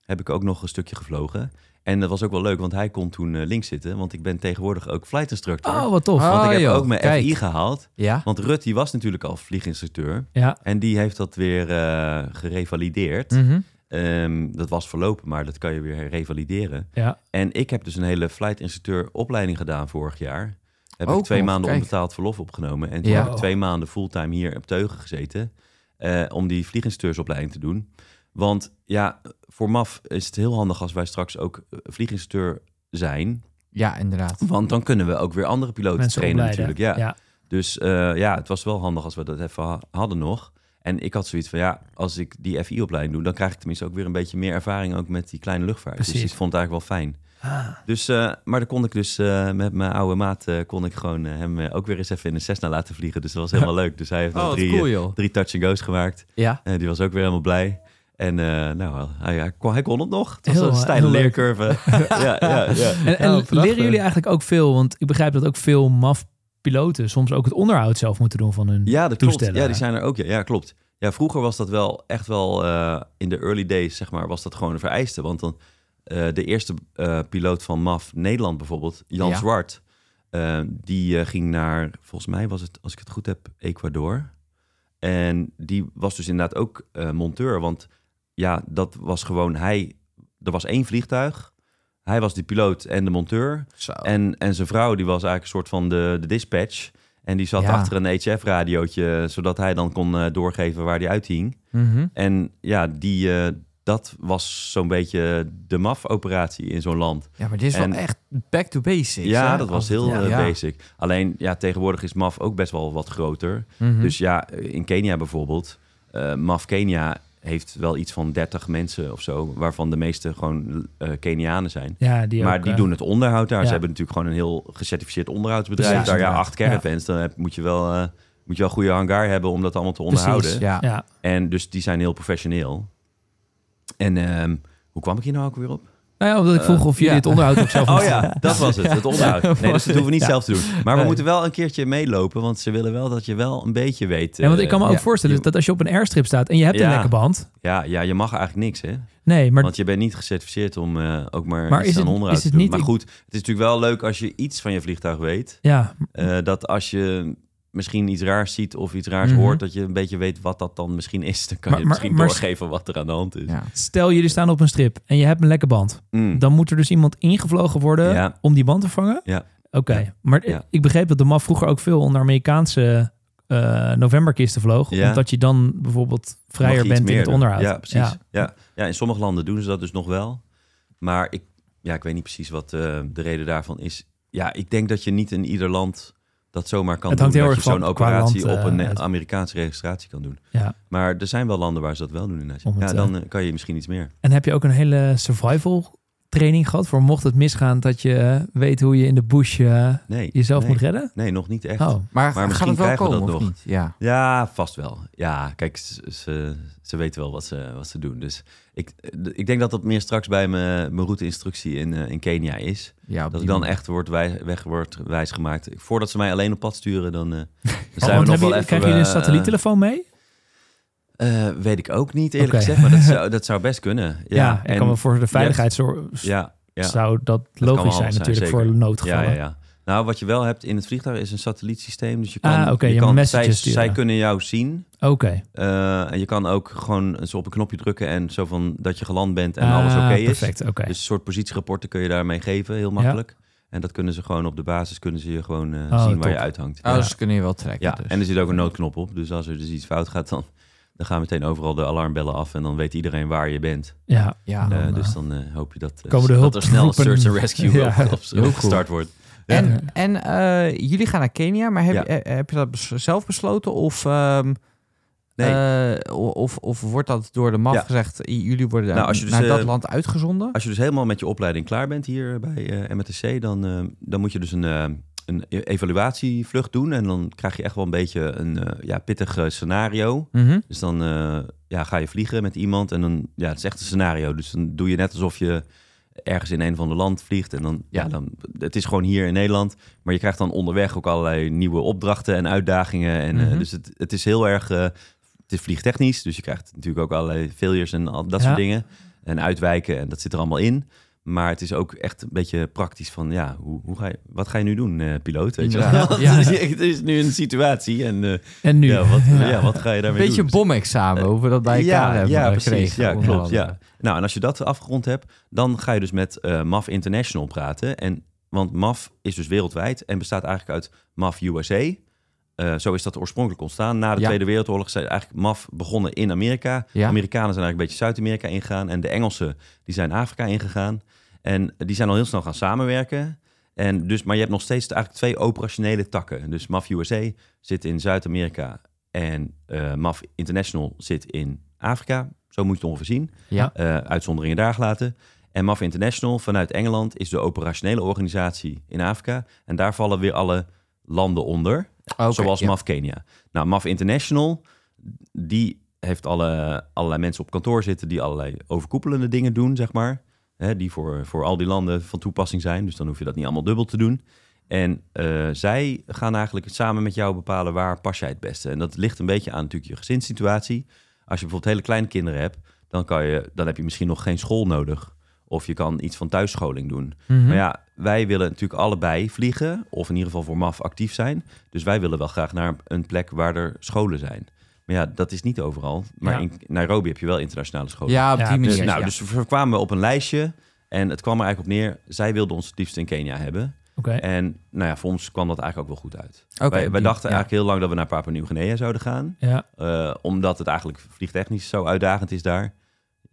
heb ik ook nog een stukje gevlogen. En dat was ook wel leuk, want hij kon toen eh, links zitten. Want ik ben tegenwoordig ook flight instructor. Oh, wat tof. Ah. want ik heb joh, ook mijn kijk. FI gehaald. ja. Want Rut, die was natuurlijk al vlieginstructeur. Ja. En die heeft dat weer eh, gerevalideerd. Mhm. Ehm, dat was verlopen, maar dat kan je weer revalideren. Ja. En ik heb dus een hele flight instructeur opleiding gedaan vorig jaar. Heb Ook ik twee nog, maanden kijk. onbetaald verlof opgenomen. En toen Ja. heb ik twee maanden fulltime hier op Teugen gezeten. eh, om die vlieginstructeursopleiding te doen. Want ja, voor MAF is het heel handig als wij straks ook eh, vlieginstructeur zijn. ja, inderdaad. Want dan kunnen we ook weer andere piloten Mensen trainen opleiden. natuurlijk. Ja. Dus eh, ja, het was wel handig als we dat even ha- hadden nog. En ik had zoiets van, ja, als ik die FI-opleiding doe... dan krijg ik tenminste ook weer een beetje meer ervaring... ook met die kleine luchtvaart. Dus Precies. Ah. ik vond het eigenlijk wel fijn. Dus, eh, maar dan kon ik dus eh, met mijn oude maat... eh, kon ik gewoon eh, hem eh, ook weer eens even in een Cessna laten vliegen. Dus dat was helemaal leuk. Dus hij heeft Oh, nog wat drie, cool, eh, joh. drie touch-and-go's gemaakt. Ja, Eh, die was ook weer helemaal blij. En eh, nou, hij, hij, kon, hij kon het nog. Het was Heel, eh, een steile heel leuk. leercurve. ja, ja, ja. En, en Ja, prachtig. leren jullie eigenlijk ook veel? Want ik begrijp dat ook veel MAF-piloten soms ook het onderhoud zelf moeten doen van hun Ja, dat klopt. toestellen. Ja, die zijn er ook. Ja, ja klopt. Ja, vroeger was dat wel echt wel eh, in de early days, zeg maar, was dat gewoon een vereiste. Want dan eh, de eerste eh, piloot van MAF Nederland bijvoorbeeld, Jan Ja. Zwart, eh, die eh, ging naar, volgens mij was het, als ik het goed heb, Ecuador. En die was dus inderdaad ook eh, monteur, want ja, dat was gewoon hij. Er was één vliegtuig. Hij was de piloot en de monteur. zo. En, en zijn vrouw, die was eigenlijk een soort van de, de dispatch. En die zat Ja. achter een HF-radiootje, zodat hij dan kon eh, doorgeven waar hij uithing. Mhm. En ja, die, eh, dat was zo'n beetje de MAF-operatie in zo'n land. Ja, maar dit is En- wel echt back to basics. ja, hè? dat was Als- heel ja. eh, Ja. basic. Alleen, ja, tegenwoordig is MAF ook best wel wat groter. Mhm. Dus ja, in Kenia bijvoorbeeld, eh, MAF Kenia heeft wel iets van 30 mensen of zo, waarvan de meeste gewoon eh, Kenianen zijn. Ja, die maar ook, die eh, doen het onderhoud daar. ja. Ze hebben natuurlijk gewoon een heel gecertificeerd onderhoudsbedrijf. Precies, daar ja, inderdaad. acht caravans. Dan heb- moet je wel... eh, moet je wel een goede hangar hebben om dat allemaal te precies. onderhouden. Ja. ja. En dus die zijn heel professioneel. En ehm, hoe kwam ik hier nou ook weer op? Nou ja, omdat Eh, ik vroeg of jullie ja. het onderhoud ook zelf Oh moeten doen. ja, dat was het. Het onderhoud. Nee, dus dat hoeven we niet Ja. zelf te doen. Maar we Nee. moeten wel een keertje meelopen. Want ze willen wel dat je wel een beetje weet. Ja, want eh, ik kan me ook ja. voorstellen dat als je op een airstrip staat en je hebt een Ja. lekke band. ja, ja, je mag eigenlijk niks hè. Nee, maar Want je bent niet gecertificeerd om eh, ook maar, Maar iets is aan het- onderhoud is het te doen. niet- Maar goed, het is natuurlijk wel leuk als je iets van je vliegtuig weet. ja, Eh, dat als je misschien iets raars ziet of iets raars Mhm. hoort, dat je een beetje weet wat dat dan misschien is. Dan kan Maar- je maar- misschien maar- doorgeven wat er aan de hand is. Ja. stel jullie staan op een strip en je hebt een lekke band. Mm. Dan moet er dus iemand ingevlogen worden Ja. om die band te vangen? Ja. Oké, Ja. maar Ja. ik begreep dat de MAF vroeger ook veel onder Amerikaanse eh, novemberkisten vloog. Ja. Omdat je dan bijvoorbeeld Mag je vrijer iets bent in meer het doen. onderhoud. Ja, precies. Ja. Ja. in sommige landen doen ze dat dus nog wel. Maar ik, ja, ik weet niet precies wat eh, de reden daarvan is. Ja, ik denk dat je niet in ieder land dat zomaar kan Het doen. hangt heel dat je erg zo'n van- qua operatie land, op eh, een eh, uit. Amerikaanse registratie kan doen. Ja. Maar er zijn wel landen waar ze dat wel doen inderdaad. Om het, Ja, dan eh, kan je misschien iets meer. En heb je ook een hele survival training gehad? Voor mocht het misgaan dat je eh, weet hoe je in de bush eh, Nee, jezelf nee. moet redden? Nee, nog niet echt. Oh, Maar, gaat misschien het wel krijgen we komen dat of nog. niet? Ja. Ja, vast wel. Ja, kijk, ze, ze, ze weten wel wat ze, wat ze doen. Dus ik, ik denk dat dat meer straks bij mijn, mijn routeinstructie in, eh, in Kenia is. ja op Dat ik die dan manier. echt word wij, weg wordt wijsgemaakt. Voordat ze mij alleen op pad sturen, dan, eh, dan Oh, zijn want we nog hebben wel jullie- even... krijgen jullie een eh, satelliettelefoon mee? eh, weet ik ook niet, eerlijk Oké. gezegd. Maar dat zou, dat zou best kunnen. Ja, Ja, ik kan me voor de veiligheid zo- Ja, ja. zou dat kan wel logisch zijn handig zijn, natuurlijk zeker. voor Ja, noodgevallen. ja, ja. Nou, wat je wel hebt in het vliegtuig is een satellietsysteem. Dus je kan, Ah, oké, je je kan messages zij, sturen. zij kunnen jou zien. Oké. Eh, en je kan ook gewoon eens op een knopje drukken en zo van dat je geland bent en alles oké Ah, is. Perfect, oké. Dus een soort positierapporten kun je daarmee geven, heel makkelijk. En dat kunnen ze gewoon op de basis, kunnen ze je gewoon eh, Oh, zien waar top. je uithangt. Nou, ja. dus kunnen je wel trekken. Ja, dus. en er zit ook een noodknop op. Dus als er dus iets fout gaat, dan, dan gaan meteen overal de alarmbellen af. En dan weet iedereen waar je bent. Ja, ja. Eh, dan, dus eh, dan eh, hoop je dat, eh, komen de dat er hulptroepen. snel een search and rescue Ja. op- op- Heel cool. opgestart wordt. Ja. En, en eh, jullie gaan naar Kenia, maar heb, Ja. eh, heb je dat bes- zelf besloten? Of, ehm, Nee. eh, o- of, of wordt dat door de MAF Ja. gezegd, "I- jullie worden Nou, naar- als je dus, naar dat eh, land uitgezonden? Als je dus helemaal met je opleiding klaar bent hier bij eh, MTC, dan, eh, dan moet je dus een, eh, een e- evaluatievlucht doen. En dan krijg je echt wel een beetje een eh, ja, pittig eh, scenario. Mhm. Dus dan eh, ja, ga je vliegen met iemand en dan, ja, het is echt een scenario. Dus dan doe je net alsof je ergens in een van de land vliegt. En dan, ja. Ja. dan, het is gewoon hier in Nederland. Maar je krijgt dan onderweg ook allerlei nieuwe opdrachten en uitdagingen. En, eh, Mhm. dus het, het is heel erg, eh, het is vliegtechnisch. Dus je krijgt natuurlijk ook allerlei failures en al dat Ja. soort dingen. En uitwijken en dat zit er allemaal in. Maar het is ook echt een beetje praktisch van, ja, hoe, hoe ga je, wat ga je nu doen, eh, piloot? Weet je wel? Inderdaad. Want Het, is, het is nu een situatie en eh, En nu? ja, wat, ja, wat ga je daarmee Beetje doen? een bomexamen, hoe we dat bij elkaar hebben Eh, ja, eh, precies. gekregen, Ja, onder klopt. andere. Ja. Nou, en als je dat afgerond hebt, dan ga je dus met eh, MAF International praten. En, want MAF is dus wereldwijd en bestaat eigenlijk uit MAF USA. Eh, zo is dat oorspronkelijk ontstaan. Na de Ja. Tweede Wereldoorlog zijn eigenlijk MAF begonnen in Amerika. Ja. Amerikanen zijn eigenlijk een beetje Zuid-Amerika ingegaan. En de Engelsen die zijn Afrika ingegaan. En die zijn al heel snel gaan samenwerken. En dus, maar je hebt nog steeds eigenlijk twee operationele takken. Dus MAF USA zit in Zuid-Amerika en eh, MAF International zit in Afrika. Zo moet je het ongeveer zien. Ja. Eh, uitzonderingen daar gelaten. En MAF International vanuit Engeland is de operationele organisatie in Afrika. En daar vallen weer alle landen onder. Ah, Oké, zoals ja. MAF Kenia. Nou, MAF International, die heeft alle, allerlei mensen op kantoor zitten... die allerlei overkoepelende dingen doen, zeg maar. Hè, die voor, voor al die landen van toepassing zijn. Dus dan hoef je dat niet allemaal dubbel te doen. En eh, zij gaan eigenlijk samen met jou bepalen waar pas jij het beste. En dat ligt een beetje aan natuurlijk je gezinssituatie. Als je bijvoorbeeld hele kleine kinderen hebt, dan, kan je, dan heb je misschien nog geen school nodig. Of je kan iets van thuisscholing doen. Maar ja, wij willen natuurlijk allebei vliegen. Of in ieder geval voor MAF actief zijn. Dus wij willen wel graag naar een plek waar er scholen zijn. Maar ja, dat is niet overal. Maar Ja. in Nairobi heb je wel internationale scholen. Ja, op Ja, die dus- manier. Dus, nou, ja. dus we kwamen op een lijstje. En het kwam er eigenlijk op neer. Zij wilden ons het liefst in Kenia hebben. Oké. En nou ja, voor ons kwam dat eigenlijk ook wel goed uit. Oké, wij, wij die- dachten ja. eigenlijk heel lang dat we naar Papua Nieuw-Guinea zouden gaan. Ja. eh, omdat het eigenlijk vliegtechnisch zo uitdagend is daar.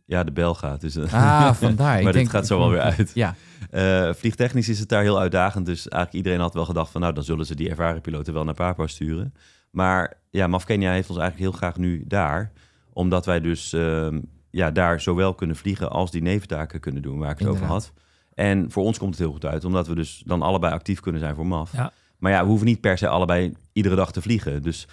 Ja, de bel gaat. Dus, eh, Ah, vandaar. Ik maar dit denk- gaat zo wel weer uit. Ja, Eh, vliegtechnisch is het daar heel uitdagend. Dus eigenlijk iedereen had wel gedacht van... nou, dan zullen ze die ervaren piloten wel naar Papua sturen. Maar ja, MAF Kenia heeft ons eigenlijk heel graag nu daar. Omdat wij dus ehm, ja, daar zowel kunnen vliegen... als die neventaken kunnen doen waar ik het over Inderdaad. had. En voor ons komt het heel goed uit. Omdat we dus dan allebei actief kunnen zijn voor MAF. Ja. Maar ja, we hoeven niet per se allebei iedere dag te vliegen. Dus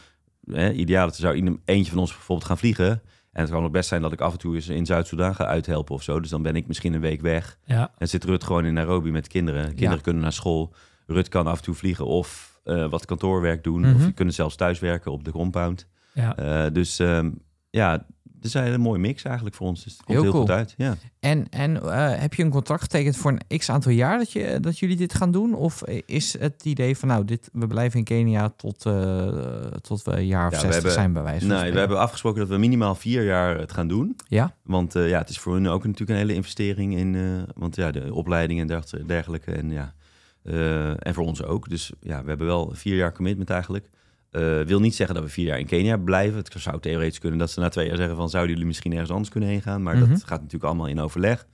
hè, ideaal dat er zou ieder- eentje van ons bijvoorbeeld gaan vliegen... En het kan ook best zijn dat ik af en toe eens in Zuid-Soedan ga uithelpen of zo. Dus dan ben ik misschien een week weg. Ja. En zit Rut gewoon in Nairobi met kinderen. Kinderen Ja. kunnen naar school. Rut kan af en toe vliegen of eh, wat kantoorwerk doen. Of ze kunnen zelfs thuiswerken op de compound. Ja. Eh, dus ehm, ja, het is een hele mooie mix eigenlijk voor ons. Dus het komt heel, Heel cool. goed uit. Ja. en, en eh, heb je een contract getekend voor een x aantal jaar dat, je, dat jullie dit gaan doen? Of eh, is het idee van, nou, dit, we blijven in Kenia tot, eh, tot we een jaar of Ja, 60 we hebben- zijn, bij wijze van Nee, Nou, we spreken? hebben afgesproken dat we minimaal vier jaar het gaan doen. Ja? Want eh, ja, het is voor hun ook natuurlijk een hele investering in. eh, want ja, de opleiding en derg- dergelijke. En, ja, eh, en voor ons ook. Dus ja, we hebben wel vier jaar commitment eigenlijk. Eh, wil niet zeggen dat we vier jaar in Kenia blijven. Het zou theoretisch kunnen dat ze na twee jaar zeggen van... zouden jullie misschien ergens anders kunnen heen gaan? Maar Mhm. dat gaat natuurlijk allemaal in overleg.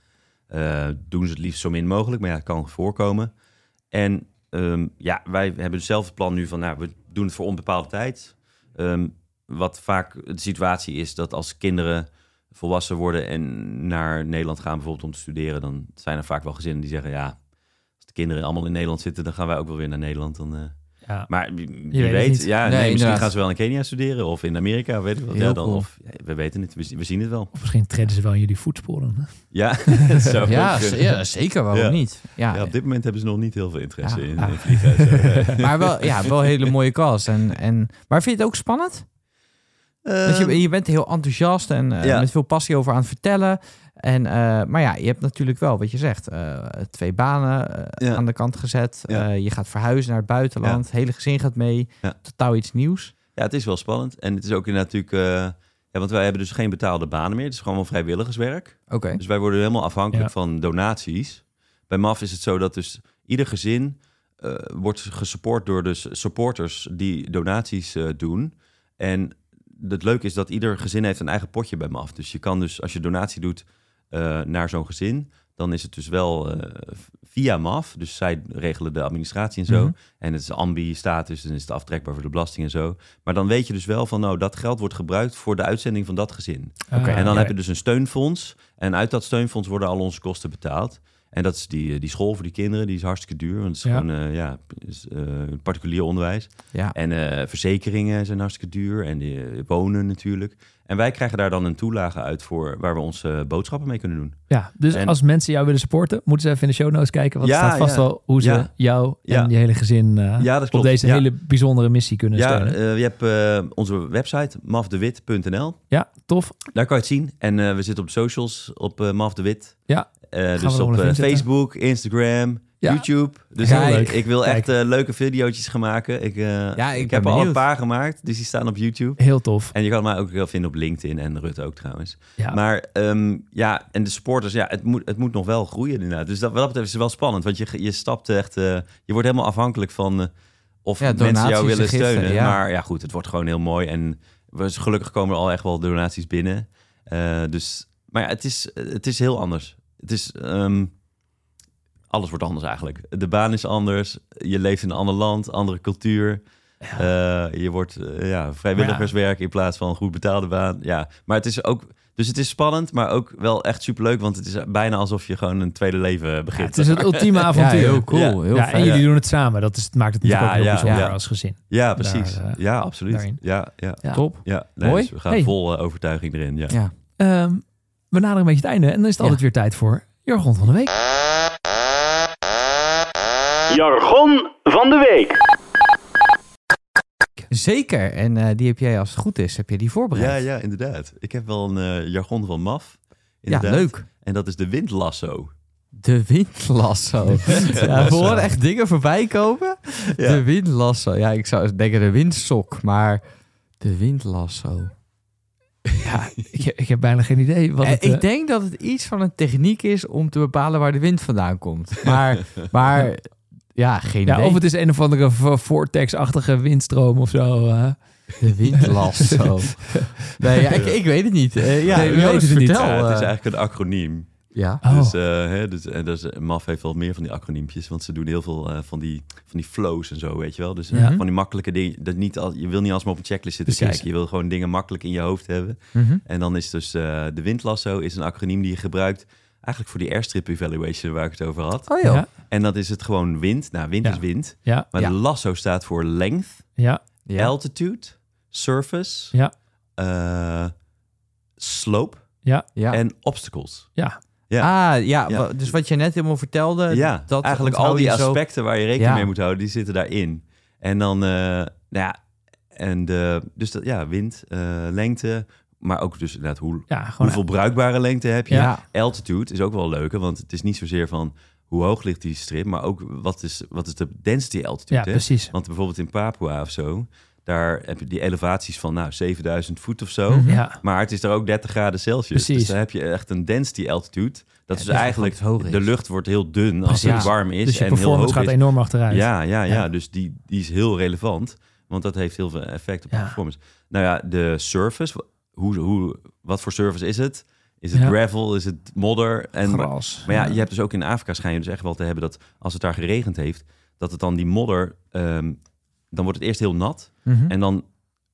Eh, doen ze het liefst zo min mogelijk, maar ja, het kan voorkomen. En ehm, ja, wij hebben dus zelf het plan nu van... nou, we doen het voor onbepaalde tijd. Ehm, wat vaak de situatie is dat als kinderen volwassen worden en naar Nederland gaan bijvoorbeeld om te studeren, dan zijn er vaak wel gezinnen die zeggen, ja, als de kinderen allemaal in Nederland zitten, dan gaan wij ook wel weer naar Nederland. Dan, eh, Ja. Maar wie, wie weet het weet, niet. ja, Nee, nee, misschien inderdaad. gaan ze wel in Kenia studeren of in Amerika, weet ik wel. Ja, Heel dan, cool. of, ja, we weten het, we, zien- we zien het wel. Of misschien treden ze wel in jullie voetsporen. Ja, zo. Ja, z- ja, zeker. Waarom Ja. niet? Ja. Ja, op dit moment hebben ze nog niet heel veel interesse Ja. in, in vliegen. en zo, ja. Maar wel, ja, wel een hele mooie kast. En, en, maar vind je het ook spannend? Want Eh, je, je bent heel enthousiast en eh, Ja. met veel passie over aan het vertellen. En, eh, maar ja, je hebt natuurlijk wel wat je zegt. eh, twee banen eh, Ja. aan de kant gezet. Ja. Eh, je gaat verhuizen naar het buitenland. Het hele gezin gaat mee. Ja. Totaal iets nieuws. Ja, het is wel spannend. En het is ook inderdaad natuurlijk... eh, ja, want wij hebben dus geen betaalde banen meer. Het is gewoon wel vrijwilligerswerk. Oké. Dus wij worden helemaal afhankelijk Ja. van donaties. Bij MAF is het zo dat dus ieder gezin eh, wordt gesupport door dus supporters die donaties eh, doen. En het leuke is dat ieder gezin heeft een eigen potje bij MAF. Dus je kan dus als je donatie doet eh, naar zo'n gezin, dan is het dus wel eh, via MAF. Dus zij regelen de administratie en zo. Mhm. En het is ambi-status, dan is het aftrekbaar voor de belasting en zo. Maar dan weet je dus wel van, nou, dat geld wordt gebruikt voor de uitzending van dat gezin. Oké. En dan heb je dus een steunfonds. En uit dat steunfonds worden al onze kosten betaald. En dat is die, die school voor die kinderen, die is hartstikke duur. Want het is Ja. gewoon eh, ja, is, eh, particulier onderwijs. Ja. En eh, verzekeringen zijn hartstikke duur. En die, eh, wonen natuurlijk. En wij krijgen daar dan een toelage uit voor waar we onze eh, boodschappen mee kunnen doen. Ja, dus En- als mensen jou willen supporten, moeten ze even in de show notes kijken. Want Ja, het staat vast ja. wel hoe ze Ja. jou en Ja. je hele gezin eh, Ja, dat op klopt. deze Ja. hele bijzondere missie kunnen Ja, steunen. eh, je hebt eh, onze website mafdewit.nl. ja, tof. Daar kan je het zien. En eh, we zitten op socials op eh, Maf de Wit. Ja. Eh, we dus er wel op eh, even in zetten. Facebook, Instagram, Ja. YouTube. Dus Heel ik- leuk. ik wil Kijk. echt eh, leuke videootjes gaan maken. Ik, eh, ben ik heb er al benieuwd. een paar gemaakt, dus die staan op YouTube. Heel tof. En je kan mij ook wel vinden op LinkedIn en Rut ook trouwens. Ja. Maar ehm, ja, en de supporters, ja, het moet, het moet nog wel groeien inderdaad. Dus dat, wat dat betreft is het wel spannend, want je, je stapt echt... eh, je wordt helemaal afhankelijk van eh, of Ja, mensen donaties jou en willen giften, steunen. ja. Maar ja, goed, het wordt gewoon heel mooi. En we, gelukkig komen er al echt wel donaties binnen. Eh, dus, maar ja, het is, het is heel anders. Het is... ehm, alles wordt anders eigenlijk. De baan is anders. Je leeft in een ander land, andere cultuur. Eh, je wordt eh, ja, vrijwilligerswerk in plaats van een goed betaalde baan. Ja, maar het is ook. Dus het is spannend, maar ook wel echt superleuk. Want het is bijna alsof je gewoon een tweede leven Ja, begint. het is het ultieme Ja, avontuur. heel cool. Ja. Heel Ja, fijn. en jullie doen het samen. Dat is, het maakt het natuurlijk Ja, ook heel ja, bijzonder ja. als gezin. ja, precies. Daar, eh, ja, absoluut. daarin. Ja, ja. Ja. Top. ja nee, Mooi. dus we gaan Hey. vol eh, overtuiging erin. Ja. Ja. Ehm, we naderen een beetje het einde. En dan is het Ja. altijd weer tijd voor Jorgon van de Week. Jargon van de week. Zeker. En eh, die heb jij als het goed is, heb je die ja, voorbereid. ja, inderdaad. Ik heb wel een eh, jargon van MAF. Ja, Inderdaad. leuk. En dat is de windlasso. De windlasso. Ja, we horen echt dingen voorbij komen. Ja. De windlasso. Ja, ik zou denken de windsok, maar de windlasso. Ja, ik, heb- ik heb bijna geen idee. Wat Eh, het, eh, ik denk dat het iets van een techniek is om te bepalen waar de wind vandaan komt. Maar, maar ja, geen ja, idee. of het is een of andere v- vortex-achtige windstroom of zo. eh. De windlasso. nee, ja, ik, ik weet het niet. Eh, ja, Nee, we Joris, weten het niet. vertel. Ja, het is eh, eigenlijk een acroniem. ja. Oh, Dus, eh, hè, dus, en dus, eh, MAF heeft wel meer van die acroniempjes, want ze doen heel veel eh, van, die, van die flows en zo, weet je wel. Dus eh, Ja. van die makkelijke dingen. Dat niet al, je wil niet alsmaar op een checklist zitten Precies. kijken. Je wil gewoon dingen makkelijk in je hoofd hebben. Mhm. En dan is dus eh, de windlasso is een acroniem die je gebruikt eigenlijk voor die airstrip evaluation waar ik het over had. Oh joh. ja, En dat is het gewoon wind. Nou, wind Ja. is wind. ja, Maar Ja. de lasso staat voor length, ja. Ja. altitude, surface, Ja. eh, slope Ja. en obstacles. Ah, ja, Ja. wa- dus wat je net helemaal vertelde. Ja, dat eigenlijk onthoud al die je zo. aspecten waar je rekening Ja. mee moet houden, die zitten daarin. En dan, eh, nou ja, en de, dus dat, ja, wind, eh, lengte, maar ook dus inderdaad hoe, Ja, gewoon e- hoeveel bruikbare lengte heb je. Ja. Altitude is ook wel leuk, hè, want het is niet zozeer van hoe hoog ligt die strip, maar ook wat is, wat is de density altitude. Ja, hè? precies. Want bijvoorbeeld in Papua of zo, daar heb je die elevaties van nou 7000 voet of zo. Mhm. Ja, Maar het is er ook 30 graden Celsius. Precies. Dus dan heb je echt een density altitude. Dat dat is is eigenlijk, gewoon dus het hoger de is. lucht wordt heel dun als Precies. het warm is dus je en heel performance hoog gaat is. enorm achteruit. Ja, ja, ja, Ja. Dus die, die is heel relevant, want dat heeft heel veel effect op de Ja. performance. Nou ja, de surface, hoe, hoe, wat voor surface is het? Is het Ja. gravel? Is het modder? En, maar, Gras. maar ja, je hebt dus ook in Afrika schijn je dus echt wel te hebben dat als het daar geregend heeft, dat het dan die modder, ehm, dan wordt het eerst heel nat. Mhm. En dan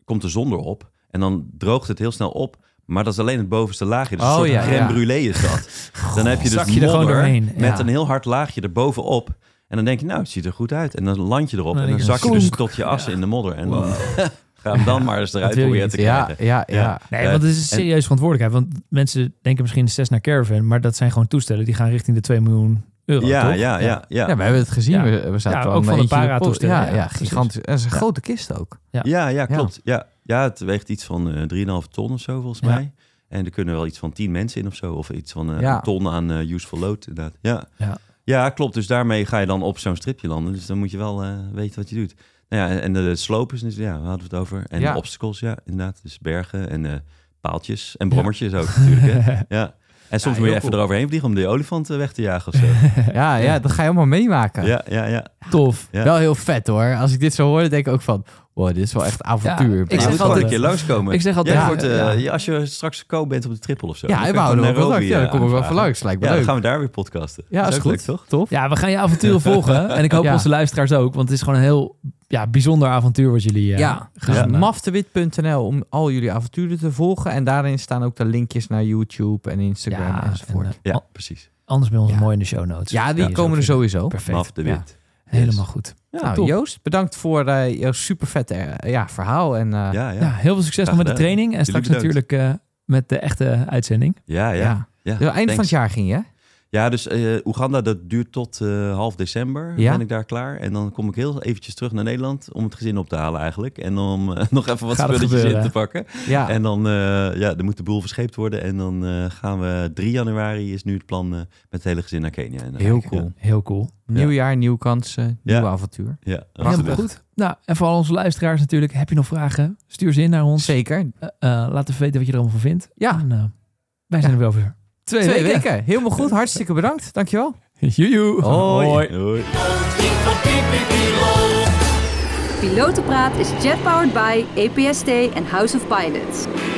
komt de zon erop. En dan droogt het heel snel op. Maar dat is alleen het bovenste laagje. Dus Oh, een soort ja, crème ja. brûlée is dat. Dan heb je dus Zak je er gewoon modder doorheen, ja. met een heel hard laagje erbovenop. En dan denk je, nou, het ziet er goed uit. En dan land je erop. Dan en dan denk je, zak je dus klonk. tot je assen in de modder. En dan ga hem dan maar eens eruit Dat wil je proberen te Ja, krijgen. ja, ja. Eh, Nee, want het is een serieuze verantwoordelijkheid. Want mensen denken misschien zes naar caravan, maar dat zijn gewoon toestellen die gaan richting de 2 miljoen euro. Ja, toch? ja, ja, ja. Ja, we hebben het gezien. Ja. We, we zaten Ja, wel ook een van de eentje in para pot. toestellen, Ja, ja, ja, precies. gigantisch. En het is een grote kist ook. Ja, ja, klopt. Ja. Ja, het weegt iets van eh 3,5 ton of zo volgens Ja. mij. En er kunnen wel iets van 10 mensen in of zo. Of iets van eh, Ja. een ton aan eh, useful load inderdaad. Ja. Ja. ja, klopt. Dus daarmee ga je dan op zo'n stripje landen. Dus dan moet je wel eh, weten wat je doet. Nou ja, en, en de sloop is dus, ja, we hadden we het over. En Ja. de obstacles, ja, inderdaad. Dus bergen en eh, paaltjes en brommertjes ook natuurlijk. Hè. Ja. En soms Ja, moet heel je even cool. eroverheen vliegen om de olifant eh, weg te jagen of zo. Ja, ja, dat ga je allemaal meemaken. ja, ja, ja. Tof. Ja. Wel heel vet hoor. Als ik dit zo hoor, dan denk ik ook van... Wow, dit is wel echt avontuur. Ja, ik je zeg moet altijd- altijd een keer langskomen. Ik zeg altijd- Jij Ja, wordt, eh, ja. je- als je straks co bent op de triple of zo. ja, dan we kan je houden wel gewoon contact. Nairobi, Ja, eh, dan kom ik wel aanvragen. van langs. Lijkt me Ja, dan leuk. gaan we daar weer podcasten. Ja, is ook goed. leuk, toch? Tof. Ja, we gaan je avonturen volgen. En ik hoop Ja. onze luisteraars ook. Want het is gewoon een heel ja, bijzonder avontuur wat jullie eh, Ja, gaan dus eh, maftewit.nl om al jullie avonturen te volgen. En daarin staan ook de linkjes naar YouTube en Instagram Ja, enzovoort. en, eh, Ja, al- precies. Anders bij ons Ja. mooi in de show notes. ja, die is komen ook er vinden. sowieso. Perfect. Maf de Ja, Wit. helemaal goed. nou, top. Joost, bedankt voor eh, jouw super vette ja, verhaal. En, eh, Ja, ja. Ja, Ja, Nou, heel veel succes Graag nog met de gedaan. training. En straks bedankt. natuurlijk eh, met de echte uitzending. ja. ja. ja. Dus aan het einde van het thanks. jaar ging je, hè? Ja, dus eh, Oeganda, dat duurt tot eh, half december. Ja. Ben ik daar klaar. En dan kom ik heel eventjes terug naar Nederland om het gezin op te halen eigenlijk. En om eh, nog even wat Gaat het spulletjes in gebeuren, te pakken. Ja, En dan, eh, ja, dan moet de boel verscheept worden. En dan eh, gaan we 3 januari is nu het plan eh, met het hele gezin naar Kenia. En dan heel ga ik, eh, cool. Heel cool. Nieuw jaar, nieuwe kansen, Ja. nieuw avontuur. eh, Ja, Helemaal absoluut. goed. Nou, en voor al onze luisteraars natuurlijk. Heb je nog vragen? Stuur ze in naar ons. Zeker. Eh, eh, laat even weten wat je er allemaal van vindt. Ja. En, eh, wij zijn er wel weer. Twee, weken. Helemaal goed. Hartstikke bedankt. Dankjewel. Joejoe. Hoi. Hoi. Pilotenpraat is jet-powered by EPST en House of Pilots.